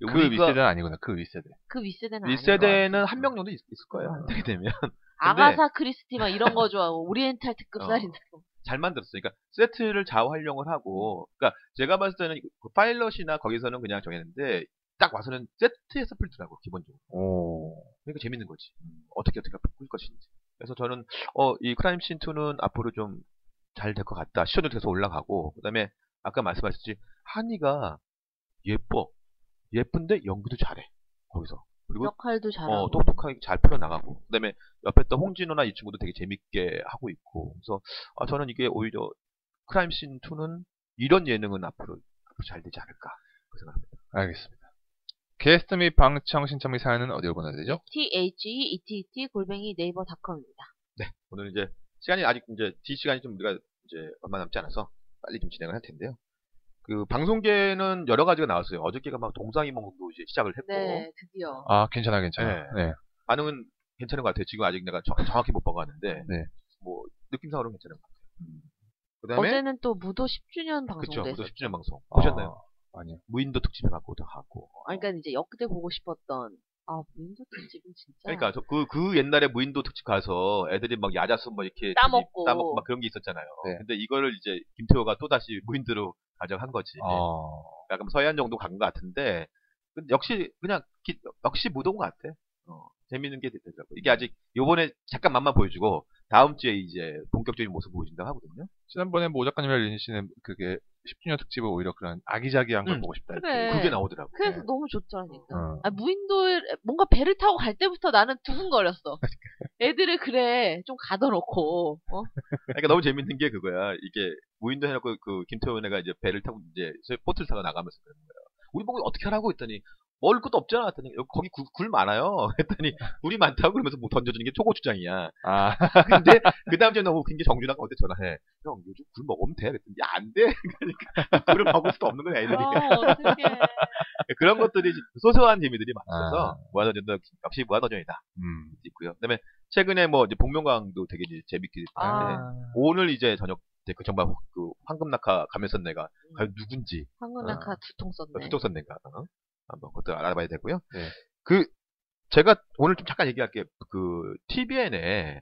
Speaker 2: 그
Speaker 3: 우리가
Speaker 2: 윗세대는 아니구나. 그 윗세대.
Speaker 1: 그 윗세대는
Speaker 3: 이
Speaker 1: 아닌
Speaker 3: 세
Speaker 1: 것 같아요.
Speaker 3: 대는 아. 한 명 정도 있, 을 거예요. 되게 되면
Speaker 1: 아가사 크리스티 막 이런 거 좋아하고 오리엔탈 특급
Speaker 3: 어.
Speaker 1: 살인사.
Speaker 3: 잘 만들었어요. 그러니까 세트를 좌우활용을 하고, 그러니까 제가 봤을 때는 그 파일럿이나 거기서는 그냥 정했는데 딱 와서는 세트에서 풀더라고 기본적으로.
Speaker 2: 오.
Speaker 3: 그러니까 재밌는 거지. 어떻게 어떻게 바꿀 것인지. 그래서 저는 어 이 크라임 씬 2는 앞으로 좀 잘 될 것 같다. 시청률 계속 올라가고 그다음에 아까 말씀하셨듯이 한이가 예뻐 예쁜데 연기도 잘해 거기서 그리고
Speaker 1: 역할도 잘하고.
Speaker 3: 어 똑똑하게 잘 풀어 나가고 그다음에 옆에 또 홍진호나 이 친구도 되게 재밌게 하고 있고 그래서 아, 저는 이게 오히려 크라임 씬 2는 이런 예능은 앞으로 앞으로 잘 되지 않을까 그 생각합니다.
Speaker 2: 알겠습니다. 게스트 및 방청 신청 및 사연은 어디로 보내야 되죠?
Speaker 1: E
Speaker 3: 어.
Speaker 1: THEETT 골뱅이 네이버 닷컴입니다.
Speaker 3: 오늘 이제 시간이 아직 이제 뒤 시간이 좀 우리가 이제 얼마 남지 않아서 빨리 좀 진행을 할 텐데요. 그 방송계는 여러 가지가 나왔어요. 어저께가 막 동상이몽도 이제 시작을 했고
Speaker 1: 네, 드디어.
Speaker 2: 아, 괜찮아, 괜찮아. 네.
Speaker 3: 반응은 괜찮은 것 같아요. 지금 아직 내가 정, 확히못 봐가는데
Speaker 2: 네.
Speaker 3: 뭐 느낌상으로는 괜찮은 것 같아요. 음. 그다음에
Speaker 1: 어제는 또 무도 10주년
Speaker 3: 그쵸
Speaker 1: 방송도
Speaker 3: 무도
Speaker 1: 했었죠.
Speaker 3: 10주년 방송
Speaker 2: 아,
Speaker 3: 보셨나요?
Speaker 2: 아니요.
Speaker 3: 무인도 특집 해갖고 다 하고
Speaker 1: 아, 그러니까 이제 역대 보고 싶었던 아 무인도 특집은 진짜.
Speaker 3: 그러니까 저 그, 그 옛날에 무인도 특집 가서 애들이 막 야자수 막 이렇게
Speaker 1: 따먹고.
Speaker 3: 따먹고 막 그런 게 있었잖아요.
Speaker 2: 네.
Speaker 3: 근데 이거를 이제 김태호가 또 다시 무인도로 가져간 거지.
Speaker 2: 아,
Speaker 3: 약간 서해안 정도 간 것 같은데 근데 역시 그냥 기- 역시 무도인 것 같아. 어, 재밌는 게 됐더라고. 이게 아직 요번에 잠깐 맛만 보여주고 다음 주에 이제 본격적인 모습 보여준다고 하거든요.
Speaker 2: 지난번에 뭐 작가님이랑 린 씨는 그게 10주년 특집을 오히려 그런 아기자기한 걸
Speaker 3: 음.
Speaker 2: 보고 싶다.
Speaker 1: 그래.
Speaker 3: 그게 나오더라고. 네.
Speaker 1: 그래서 너무 좋더라니까.
Speaker 2: 어.
Speaker 1: 아, 무인도에 뭔가 배를 타고 갈 때부터 나는 두근거렸어. 애들을 그래 좀 가둬놓고 어?
Speaker 3: 그러니까 너무 재밌는 게 그거야. 이게 무인도 해놓고 그 김태훈애가 이제 배를 타고 이제 저희 보트를 타고 나가면서 그러는 거야. 우리 보고 어떻게 하라고 했더니 먹을 것도 없잖아 했더니 여기 거기 굴, 굴 많아요 했더니 굴이 많다고 그러면서 뭐 던져주는 게 초고추장이야.
Speaker 2: 아,
Speaker 3: 근데 그 다음 주에 너무 웃긴 게 정준하가 어제 전화해. 형 요즘 굴 먹으면 돼? 그랬더니 야안 돼. 그러니까 굴을 먹을 수도 없는 거야 애들이.
Speaker 1: 아, 어떡해.
Speaker 3: 그런 것들이 소소한 재미들이 많아서
Speaker 2: 아.
Speaker 3: 무한도전도 역시 무한도전이다
Speaker 2: 음.
Speaker 3: 있고요. 그다음에 최근에 뭐 이제 복면가왕도 되게 이제 재밌게 봤는데
Speaker 2: 네.
Speaker 1: 아.
Speaker 3: 오늘 이제 저녁 때 그 정말 그 황금낙하 가면선내가 과연 누군지
Speaker 1: 황금낙하 두통 썼네.
Speaker 3: 두통선내가 어? 한번 그것도 알아봐야 되고요.
Speaker 2: 네.
Speaker 3: 그 제가 오늘 좀 잠깐 얘기할 게 그 TVN의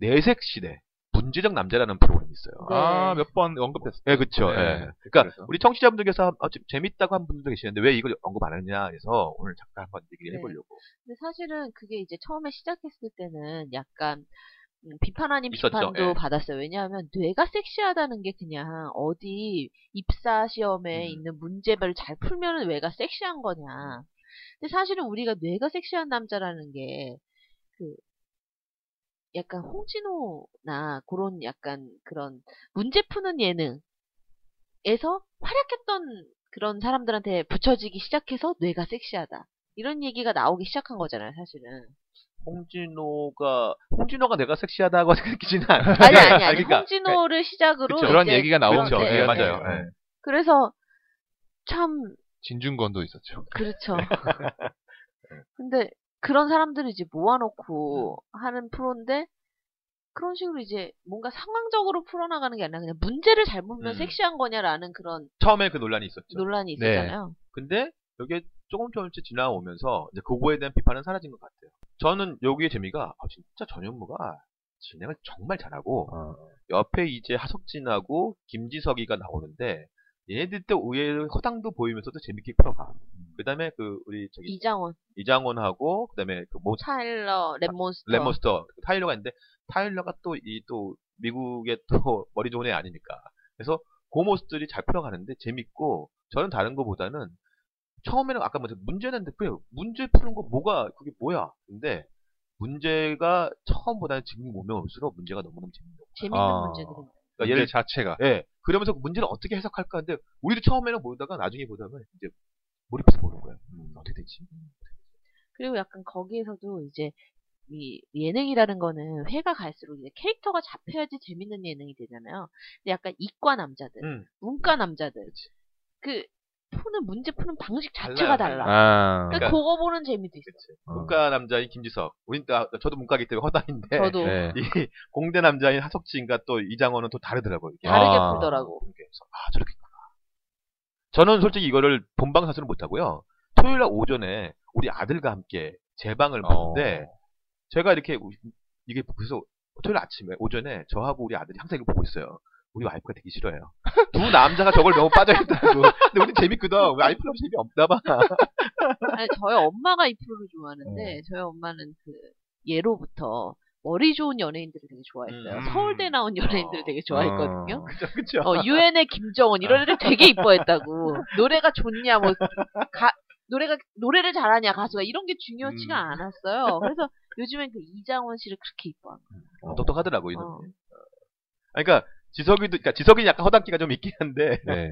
Speaker 3: 내색 시대 문제적 남자라는 프로그램이 있어요.
Speaker 1: 네.
Speaker 2: 아, 몇 번 언급됐어요.
Speaker 3: 예, 그쵸.
Speaker 2: 네.
Speaker 3: 예. 그러니까
Speaker 2: 그래서?
Speaker 3: 우리 청취자분들께서 아, 좀 재밌다고 한 분들도 계시는데 왜 이걸 언급 안 하느냐 해서 오늘 잠깐 한번 얘기를
Speaker 1: 네.
Speaker 3: 해보려고.
Speaker 1: 근데 사실은 그게 이제 처음에 시작했을 때는 약간 음, 비판 아닌
Speaker 3: 있었죠,
Speaker 1: 비판도
Speaker 3: 예.
Speaker 1: 받았어요. 왜냐하면 뇌가 섹시하다는 게 그냥 어디 입사 시험에
Speaker 3: 음.
Speaker 1: 있는 문제별 잘 풀면은 뇌가 섹시한 거냐. 근데 사실은 우리가 뇌가 섹시한 남자라는 게 그 약간 홍진호나 그런 약간 그런 문제 푸는 예능에서 활약했던 그런 사람들한테 붙여지기 시작해서 뇌가 섹시하다. 이런 얘기가 나오기 시작한 거잖아요, 사실은.
Speaker 3: 홍진호가 홍진호가 내가 섹시하다고 생각하지는 않아요.
Speaker 1: 아니 아니 아니
Speaker 3: 그러니까
Speaker 1: 홍진호를 시작으로
Speaker 3: 그쵸.
Speaker 2: 그런
Speaker 1: 이제
Speaker 2: 얘기가 나오죠.
Speaker 3: 그렇죠.
Speaker 1: 네,
Speaker 3: 예,
Speaker 1: 네.
Speaker 3: 맞아요. 예.
Speaker 1: 그래서 참
Speaker 2: 진중권도 있었죠.
Speaker 1: 그렇죠.
Speaker 3: 네.
Speaker 1: 근데 그런 사람들을 이제 모아놓고 하는 프로인데 그런 식으로 이제 뭔가 상황적으로 풀어나가는 게 아니라 그냥 문제를 잘 보면
Speaker 3: 음.
Speaker 1: 섹시한 거냐라는 그런
Speaker 3: 처음에 그 논란이 있었죠.
Speaker 1: 논란이
Speaker 2: 네.
Speaker 1: 있었잖아요.
Speaker 3: 근데 여기에 조금 조금씩 지나오면서 이제 그거에 대한 비판은 사라진 것 같아요. 저는 여기의 재미가 아, 진짜 전현무가 진행을 정말 잘하고 옆에 이제 하석진하고 김지석이가 나오는데 얘네들 또 의외로 허당도 보이면서도 재밌게 풀어가. 그다음에 그 우리 저기
Speaker 1: 이장원,
Speaker 3: 이장원하고 그다음에 그 모,
Speaker 1: 차일러, 랩몬스터.
Speaker 3: 랩몬스터 그 타일러가 있는데 타일러가 또 이 또 미국의 또 머리 좋은 애 아닙니까? 그래서 그 모습들이 잘 풀어가는데 재밌고 저는 다른 거보다는 처음에는 아까 뭐 문제는 그래 문제 푸는 거 뭐가 그게 뭐야? 근데 문제가 처음보다는 지금 오면 올수록 문제가 너무너무 재밌는 거예요.
Speaker 1: 재밌는
Speaker 2: 아.
Speaker 1: 문제들이 많아요.
Speaker 3: 그러니까
Speaker 2: 얘
Speaker 3: 예를
Speaker 2: 자체가.
Speaker 3: 예. 그러면서 그 문제를 어떻게 해석할까 하는데 우리도 처음에는 모르다가 나중에 보다가 이제 몰입해서 보는 거야. 음, 어떻게 되지?
Speaker 1: 그리고 약간 거기에서도 이제 이 예능이라는 거는 회가 갈수록 이제 캐릭터가 잡혀야지 재밌는 예능이 되잖아요. 근데 약간 이과 남자들,
Speaker 3: 음.
Speaker 1: 문과 남자들 그 푸는 문제 푸는 방식 자체가
Speaker 3: 달라요.
Speaker 1: 달라.
Speaker 2: 아,
Speaker 1: 그러니까
Speaker 3: 그러니까-
Speaker 1: 그거 보는 재미도 있어.
Speaker 3: 문과 남자인 김지석. 우린 또 아, 저도 문과기 때문에 허당인데
Speaker 1: 저도
Speaker 2: 네.
Speaker 3: 이 공대 남자인 하석진과 또 이장원은 또 다르더라고요. 이게.
Speaker 2: 아.
Speaker 1: 다르게 풀더라고.
Speaker 3: 이게 그래서 아, 저렇게 있구나. 저는 솔직히 이거를 본방 사수는 못하고요. 토요일 날 오전에 우리 아들과 함께 제 방을
Speaker 2: 어.
Speaker 3: 보는데 제가 이렇게 우- 이게 그래서 토요일 아침에 오전에 저하고 우리 아들이 항상 이거 보고 있어요. 우리 와이프가 되게 싫어해요. 두 남자가 저걸 너무 빠져있다고. 근데 우리 재밌거든. 왜 와이프는 재미없나 봐.
Speaker 1: 아니, 저희 엄마가 이 프로를 좋아하는데 저희 엄마는 그 예로부터 머리 좋은 연예인들을 되게 좋아했어요.
Speaker 2: 음.
Speaker 1: 서울대 나온 연예인들을
Speaker 3: 어.
Speaker 1: 되게 좋아했거든요.
Speaker 3: 그쵸, 그쵸.
Speaker 1: 어, 유엔의 김정은 이런 애들 되게 이뻐했다고. 노래가 좋냐 뭐 가, 노래가 노래를 잘하냐 가수가 이런 게 중요치가
Speaker 2: 음.
Speaker 1: 않았어요. 그래서 요즘엔 그 이장원 씨를 그렇게 이뻐한
Speaker 3: 어, 똑똑하더라고, 이놈.
Speaker 1: 거예요.
Speaker 3: 그러니까 지석이도, 그러니까 지석이 약간 허당기가 좀 있긴 한데.
Speaker 2: 네.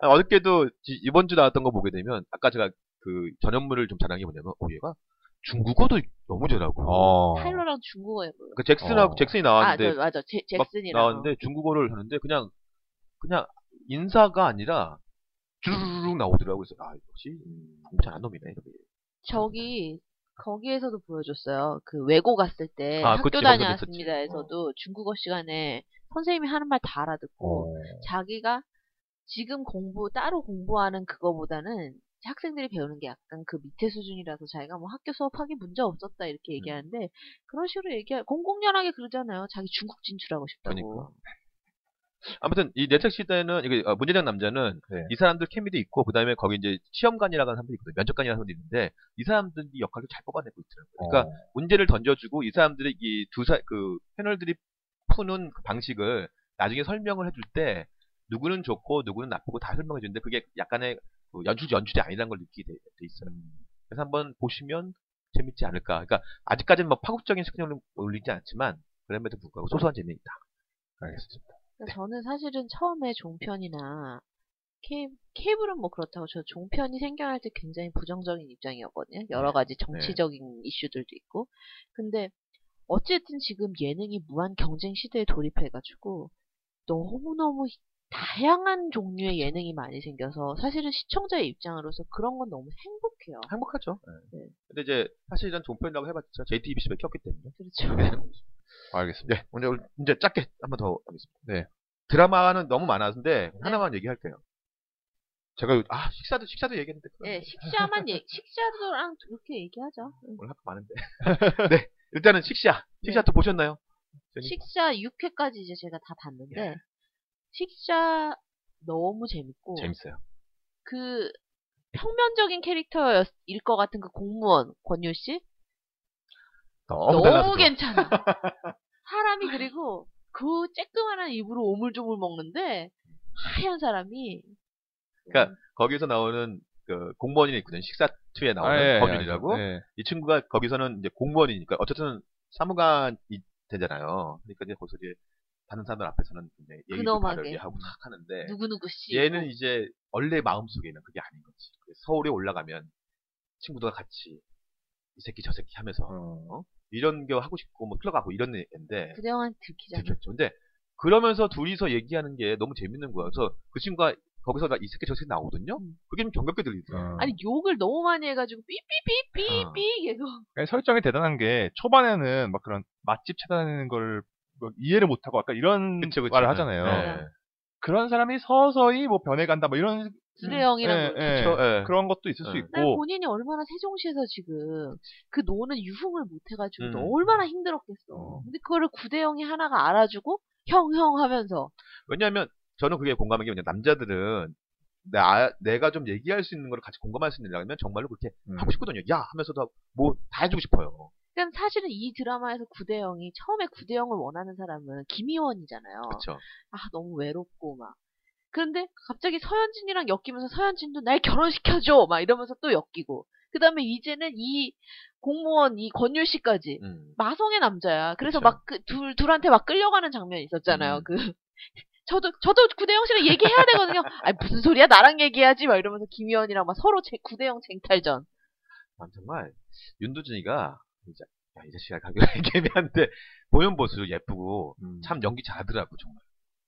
Speaker 3: 아, 어저께도 지- 이번 주 나왔던 거 보게 되면 아까 제가 그 전현무를 좀 자랑해 보냐면 어 얘가 중국어도 너무 잘하고.
Speaker 2: 어.
Speaker 1: 타일러랑 중국어 해보요.
Speaker 3: 그 잭슨하고
Speaker 2: 어.
Speaker 3: 잭슨이
Speaker 1: 아,
Speaker 3: 나왔는데
Speaker 1: 저, 맞아. 제,
Speaker 3: 막
Speaker 1: 잭슨이랑.
Speaker 3: 나왔는데 중국어를 하는데 그냥 그냥 인사가 아니라 주르륵 나오더라고요. 그래서 아 역시 음, 공찬한 놈이네.
Speaker 1: 저기 거기에서도 보여줬어요. 그 외고 갔을 때
Speaker 3: 아,
Speaker 1: 학교
Speaker 3: 그치,
Speaker 1: 다녀왔습니다에서도 중국어 시간에 선생님이 하는 말 다
Speaker 3: 어.
Speaker 1: 알아듣고 자기가 지금 공부 따로 공부하는 그거보다는 학생들이 배우는 게 약간 그 밑에 수준이라서 자기가 뭐 학교 수업하기 문제 없었다
Speaker 3: 음.
Speaker 1: 이렇게 얘기하는데 그런 식으로 얘기할 공공연하게 그러잖아요. 자기 중국 진출하고
Speaker 3: 그러니까.
Speaker 1: 싶다고.
Speaker 3: 아무튼 이 내책 시대는 이게 어, 문제장 남자는
Speaker 2: 네.
Speaker 3: 이 사람들 케미도 있고 그다음에 거기 이제 시험관이라는 사람들이 있거든요. 면접관이라는 사람들이 있는데 이 사람들이 역할을 잘 뽑아내고 있더라고요. 그러니까
Speaker 2: 어.
Speaker 3: 문제를 던져주고 이 사람들의 이두그 패널들이 푸는 그 방식을 나중에 설명을 해줄 때 누구는 좋고 누구는 나쁘고 다 설명해 주는데 그게 약간의 그 연출이 연출이 아니라는 걸 느끼게 돼, 돼 있어요. 그래서 한번 보시면 재밌지 않을까. 그러니까 아직까지는 막 파국적인 스크린을 올리지 않지만 그럼에도 불구하고 소소한 재미있다.
Speaker 2: 알겠습니다.
Speaker 1: 그러니까 저는 사실은 처음에 종편이나 케- 케이블은 뭐 그렇다고 저 종편이 생겨날 때 굉장히 부정적인 입장이었거든요. 여러 가지 정치적인 이슈들도 있고. 근데 어쨌든 지금 예능이 무한 경쟁 시대에 돌입해가지고 너무너무 다양한 종류의 예능이 많이 생겨서 사실은 시청자의 입장으로서 그런 건 너무 행복해요.
Speaker 3: 행복하죠.
Speaker 1: 네.
Speaker 3: 근데 이제 사실은 종편이라고 해봤자 JTBC밖에 없기 때문에.
Speaker 1: 그렇죠.
Speaker 2: 어. 알겠습니다.
Speaker 3: 네, 오늘 이제 짧게 한 번 더 하겠습니다.
Speaker 2: 네.
Speaker 3: 드라마는 너무
Speaker 1: 네.
Speaker 3: 많았는데 하나만 얘기할게요. 제가 요- 아 식사도 식사도 얘기했는데 그건
Speaker 1: 예, 식샤만 얘, 식샤도랑 그렇게 얘기하죠. 응.
Speaker 3: 오늘 할거 많은데. 네, 일단은
Speaker 1: 네.
Speaker 3: 식샤. 식샤 또 보셨나요? 저는
Speaker 1: 식샤 6회까지 이제 제가 다 봤는데
Speaker 3: 예.
Speaker 1: 식샤 너무 재밌고
Speaker 3: 재밌어요.
Speaker 1: 그 평면적인 캐릭터일 것 같은 그 공무원 권유 씨
Speaker 3: 너무,
Speaker 1: 너무
Speaker 3: 달라서 좋아.
Speaker 1: 괜찮아. 사람이 그리고 그 쬐끄만한 입으로 오물조물 먹는데 하얀 사람이 음,
Speaker 3: 그러니까 거기서 나오는 그 공무원이 있거든요. 식사 2에 나오는
Speaker 2: 아, 예,
Speaker 3: 법인이라고.
Speaker 2: 예, 예.
Speaker 3: 이 친구가 거기서는 이제 공무원이니까 어쨌든 사무관이 되잖아요. 그러니까 이제 거기서 이제 다른 사람들 앞에서는 이제 얘기도
Speaker 1: 근엄하게.
Speaker 3: 바르게 하고 탁 하는데
Speaker 1: 누구누구 씨 어,
Speaker 3: 얘는 이제 원래 마음속에는 그게 아닌 거지. 그래서 서울에 올라가면 친구들과 같이 이 새끼 저 새끼 하면서 어? 이런 거 하고 싶고 뭐 흘러가고 이런 애인데
Speaker 1: 그동안 들키잖아.
Speaker 3: 들켰죠. 근데 그러면서 둘이서 얘기하는 게 너무 재밌는 거야. 그래서 그 친구가 거기서 나 이 새끼 저 새끼 나오거든요.
Speaker 1: 음.
Speaker 3: 그게 좀 정겹게 들리더라고요.
Speaker 2: 음.
Speaker 1: 아니 욕을 너무 많이 해가지고 삐삐삐삐삐
Speaker 3: 어.
Speaker 1: 얘가
Speaker 3: 음.
Speaker 2: 그러니까 설정이 대단한 게 초반에는 막 그런 맛집 찾아다니는 걸뭐 이해를 못하고 아까 이런
Speaker 3: 그쵸, 그쵸.
Speaker 2: 말을 하잖아요.
Speaker 1: 네.
Speaker 2: 그런 사람이 서서히 뭐 변해간다 뭐 이런
Speaker 1: 두레형이랑
Speaker 2: 예, 예.
Speaker 3: 그쵸, 예.
Speaker 2: 그런 것도 있을 수
Speaker 3: 예.
Speaker 1: 날
Speaker 2: 있고
Speaker 1: 본인이 얼마나 세종시에서 지금 그 노는 유흥을 못해가지고
Speaker 3: 음.
Speaker 1: 너 얼마나 힘들었겠어.
Speaker 2: 어.
Speaker 1: 근데 그거를 구대영이 하나가 알아주고 형 형 하면서
Speaker 3: 왜냐하면 저는 그게 공감한 게 뭐냐 남자들은 나, 내가 좀 얘기할 수 있는 걸 같이 공감할 수 있는 라면 정말로 그렇게
Speaker 2: 음.
Speaker 3: 하고 싶거든요. 야 하면서도 뭐 다 해주고 싶어요.
Speaker 1: 그러니까 사실은 이 드라마에서 구대영이 처음에 구대영을 원하는 사람은 김희원이잖아요.
Speaker 3: 그렇죠.
Speaker 1: 아 너무 외롭고 막. 그런데 갑자기 서현진이랑 엮이면서 서현진도 날 결혼시켜줘 막 이러면서 또 엮이고 그 다음에 이제는 이 공무원 이 권율 씨까지
Speaker 3: 음.
Speaker 1: 마성의 남자야. 그래서
Speaker 3: 그쵸.
Speaker 1: 막 그 둘, 둘한테 막 끌려가는 장면이 있었잖아요.
Speaker 3: 음.
Speaker 1: 그, 저도, 저도 구대영 씨랑 얘기해야 되거든요. 아니, 무슨 소리야? 나랑 얘기해야지. 막 이러면서 김희원이랑 막 서로 제, 구대영 쟁탈전.
Speaker 3: 아, 정말 윤두준이가 이제 야, 이 자식아 가격 애매한데 보면 보수 예쁘고
Speaker 2: 음.
Speaker 3: 참 연기 잘하더라고 정말.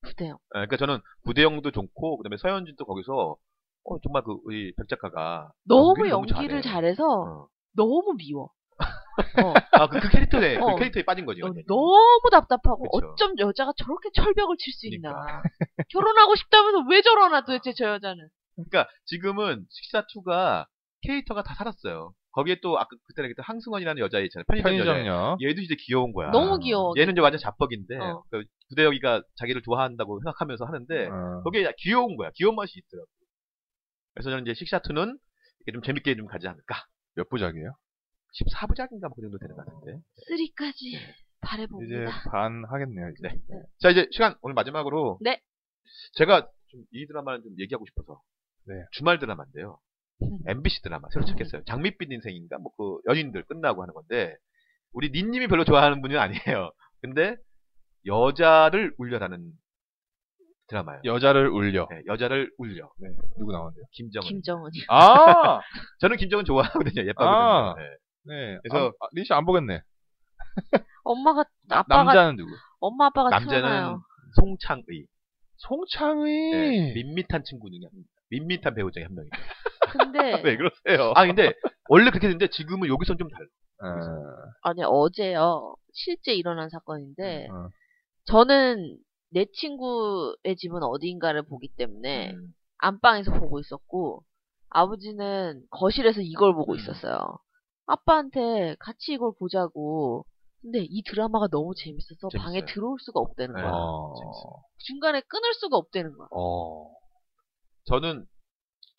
Speaker 1: 구대영.
Speaker 3: 예, 그러니까 저는 구대영도 좋고 그다음에 서현진도 거기서 어, 정말 그 우리 백 작가가
Speaker 1: 너무
Speaker 3: 연기를 너무
Speaker 1: 연기를
Speaker 3: 잘해.
Speaker 1: 잘해서
Speaker 3: 어.
Speaker 1: 너무 미워. 어,
Speaker 3: 아, 그, 그 캐릭터에
Speaker 1: 어.
Speaker 3: 그 캐릭터에 빠진 거지.
Speaker 1: 어,
Speaker 3: 완전히.
Speaker 1: 너무 답답하고
Speaker 3: 그쵸.
Speaker 1: 어쩜 여자가 저렇게 철벽을 칠 수
Speaker 3: 그러니까.
Speaker 1: 있나. 결혼하고 싶다면서 왜 저러나 도대체 저 여자는.
Speaker 3: 그러니까 지금은 식사 2가 캐릭터가 다 살았어요. 거기에 또 아까 그때 얘기했던 항승원이라는 여자 있잖아요. 편의점, 여자.
Speaker 2: 편의점요.
Speaker 3: 얘도 이제 귀여운 거야.
Speaker 1: 너무 귀여워.
Speaker 3: 아, 얘는 이제 완전 자뻑인데
Speaker 1: 어.
Speaker 3: 그 구대혁이가 자기를 좋아한다고 생각하면서 하는데
Speaker 2: 어.
Speaker 3: 거기에 귀여운 거야. 귀여운 맛이 있더라고. 그래서 저는 이제 식사 2는 이렇게 좀 재밌게 좀 가지 않을까.
Speaker 2: 몇 부작이에요?
Speaker 3: 14부작인가 뭐 그 정도 되는 것 같은데.
Speaker 1: 쓰리까지
Speaker 3: 예.
Speaker 2: 이제
Speaker 1: 바래봅니다.
Speaker 2: 반 하겠네요. 이제.
Speaker 3: 네. 자 이제 시간 오늘 마지막으로
Speaker 1: 네.
Speaker 3: 제가 좀 이 드라마는 좀 얘기하고 싶어서
Speaker 2: 네.
Speaker 3: 주말 드라마인데요.
Speaker 1: 음.
Speaker 3: MBC 드라마 새로 찍겠어요. 장밋빛 인생인가 뭐 그 연인들 끝나고 하는 건데 우리 니님이 별로 좋아하는 분은 아니에요. 근데 여자를 울려라는 드라마예요.
Speaker 2: 여자를 울려.
Speaker 3: 네, 여자를 울려
Speaker 2: 네. 누구 나오는데요?
Speaker 3: 김정은.
Speaker 1: 김정은이.
Speaker 2: 아
Speaker 3: 저는 김정은 좋아하거든요. 예쁘거든요.
Speaker 2: 아.
Speaker 3: 네.
Speaker 2: 네.
Speaker 3: 그래서-
Speaker 2: 아, 아, 린 씨 안 보겠네.
Speaker 1: 엄마가 아빠가
Speaker 2: 남자는 누구?
Speaker 1: 엄마 아빠가
Speaker 3: 남자는
Speaker 1: 튀어나와요.
Speaker 3: 송창의.
Speaker 2: 송창희.
Speaker 3: 네, 밋밋한 친구 중에 한 명. 밋밋한 배우 중에 한 명이에요.
Speaker 1: 근데
Speaker 2: 왜 그러세요?
Speaker 3: 아 근데 원래 그렇게 됐는데 지금은 여기선 좀 달라.
Speaker 2: 어,
Speaker 1: 아니 어제요 실제 일어난
Speaker 3: 음,
Speaker 1: 사건인데
Speaker 3: 아.
Speaker 2: 어.
Speaker 1: 저는 내 친구의 집은 어디인가를 보기 때문에
Speaker 3: 음.
Speaker 1: 안방에서 보고 있었고 아버지는 거실에서 이걸 보고
Speaker 3: 음.
Speaker 1: 있었어요. 아빠한테 같이 이걸 보자고. 근데 이 드라마가 너무 재밌어서 방에
Speaker 3: 재밌어요.
Speaker 1: 들어올 수가 없다는
Speaker 3: 네.
Speaker 1: 거야.
Speaker 2: 어.
Speaker 3: 재밌어요.
Speaker 1: 중간에 끊을 수가 없다는 거야.
Speaker 3: 어. 저는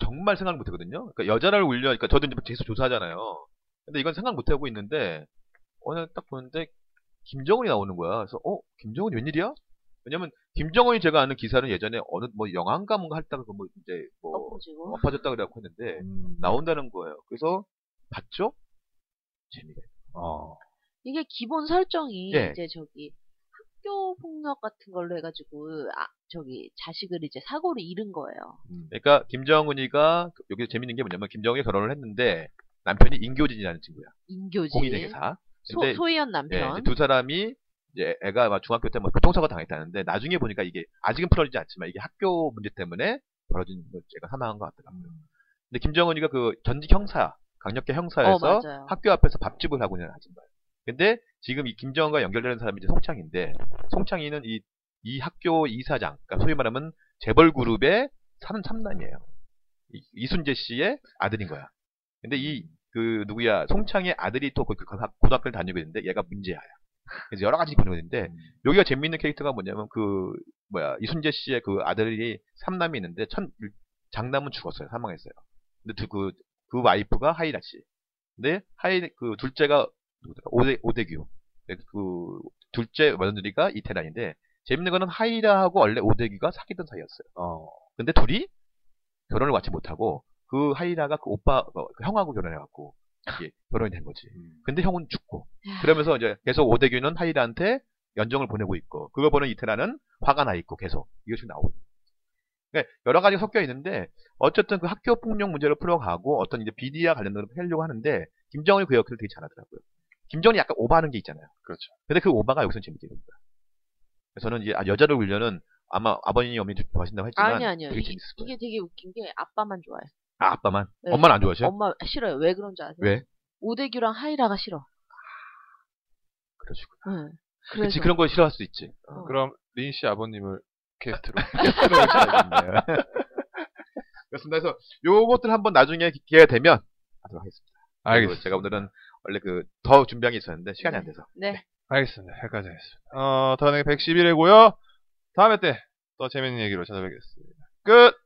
Speaker 3: 정말 생각 못 했거든요. 그러니까 여자를 울려, 그러니까 저도 이제 계속 조사하잖아요. 근데 이건 생각 못 하고 있는데, 어느 날딱 보는데, 김정은이 나오는 거야. 그래서, 어? 김정은이 웬일이야? 왜냐면, 김정은이 제가 아는 기사는 예전에 어느, 뭐, 영화인가 뭔가 할 때가 뭐, 이제, 뭐,
Speaker 1: 엎어지고.
Speaker 3: 엎어졌다 그래갖고 했는데,
Speaker 2: 음.
Speaker 3: 나온다는 거예요. 그래서, 봤죠? 재미가 있어요.
Speaker 2: 어.
Speaker 1: 이게 기본 설정이
Speaker 3: 예.
Speaker 1: 이제 저기 학교 폭력 같은 걸로 해가지고 아, 저기 자식을 이제 사고를 잃은 거예요.
Speaker 2: 음.
Speaker 3: 그러니까, 김정은이가, 그, 여기서 재밌는 게 뭐냐면, 김정은이 결혼을 했는데, 남편이 인교진이라는 친구야.
Speaker 1: 인교지.
Speaker 3: 공인회계사.
Speaker 1: 소,
Speaker 3: 근데
Speaker 1: 소희연
Speaker 3: 예,
Speaker 1: 남편.
Speaker 3: 이제 두 사람이 이제 애가 막 중학교 때 뭐 교통사고 당했다는데 나중에 보니까 이게 아직은 풀어지지 않지만 이게 학교 문제 때문에 벌어진 거 애가 사망한 것
Speaker 2: 네.
Speaker 3: 같더라고요. 근데 김정은이가 그 전직 형사, 강력계
Speaker 1: 어,
Speaker 3: 형사에서
Speaker 1: 맞아요.
Speaker 3: 학교 앞에서 밥집을 하고 있는 아줌마예요. 근데 지금 이 김정은과 연결되는 사람이 이제 송창인데 송창이는 이, 이 학교 이사장, 그러니까 소위 말하면 재벌 그룹의 삼, 삼남이에요. 이- 이순재 씨의 아들인 거야. 근데 이 그 누구야 송창의 아들이 또 그 고등학교를 다니고 있는데 얘가 문제야. 그래서 여러 가지 변호가 있는데 여기가 재미있는 캐릭터가 뭐냐면 그 뭐야 이순재 씨의 그 아들이 삼남이 있는데 첫 장남은 죽었어요 사망했어요. 근데 두- 그, 그 와이프가 하이라 씨. 근데 하이 그 둘째가 누구더라? 오대 오대규. 근데 그 둘째 며느리가 이태란인데 재밌는 거는 하이라하고 원래 오대규가 사귀던 사이였어요. 근데 둘이 결혼을 마치 못하고 그 하이라가 그 오빠 어, 그 형하고 결혼해갖고 이게 결혼이 된 거지.
Speaker 2: 음.
Speaker 3: 근데 형은 죽고
Speaker 1: 예.
Speaker 3: 그러면서 이제 계속 오대규는 하이라한테 연정을 보내고 있고 그걸 보는 이태란은 화가 나 있고 계속 이것이 나오고 있는 거죠. 그러니까 여러 가지가 섞여 있는데 어쨌든 그 학교 폭력 문제를 풀어가고 어떤 이제 비디와 관련된 걸 하려고 하는데 김정은이 그 역할을 되게 잘하더라고요. 김정은이 약간 오바하는 게 있잖아요.
Speaker 2: 그렇죠.
Speaker 3: 근데 그 오바가 여기서 재밌게 됩니다. 그래서 저는 이제 아, 여자를 울려는 아마 아버님, 어머니 둘다 좋아하신다고 했지만
Speaker 1: 아니 아니요.
Speaker 3: 되게
Speaker 1: 이-
Speaker 3: 재밌을 거예요.
Speaker 1: 이게 되게 웃긴 게 아빠만 좋아해.
Speaker 3: 아, 아빠만?
Speaker 1: 네.
Speaker 3: 엄마는 안 좋아하셔? 요
Speaker 1: 엄마 싫어요. 왜 그런 줄 아세요?
Speaker 3: 왜?
Speaker 1: 오대규랑 하이라가 싫어.
Speaker 3: 그러시구나.
Speaker 1: 응.
Speaker 3: 그치,
Speaker 1: 예. 그래서
Speaker 3: 그런 걸 싫어할 수 있지.
Speaker 1: 어.
Speaker 2: 그럼 린 씨 아버님을 게스트로.
Speaker 3: 네. 그렇습니다. 그래서 요것들 한번 나중에 기- 기회가 되면 하도록 하겠습니다.
Speaker 2: 알겠습니다.
Speaker 3: 제가 오늘은 원래 그 더 준비한 게 있었는데 시간이 안 돼서.
Speaker 1: 네.
Speaker 2: 알겠습니다. 여기까지 하겠습니다. 어, 더는 111회고요. 다음에 때 더 재밌는 얘기로 찾아뵙겠습니다. 끝!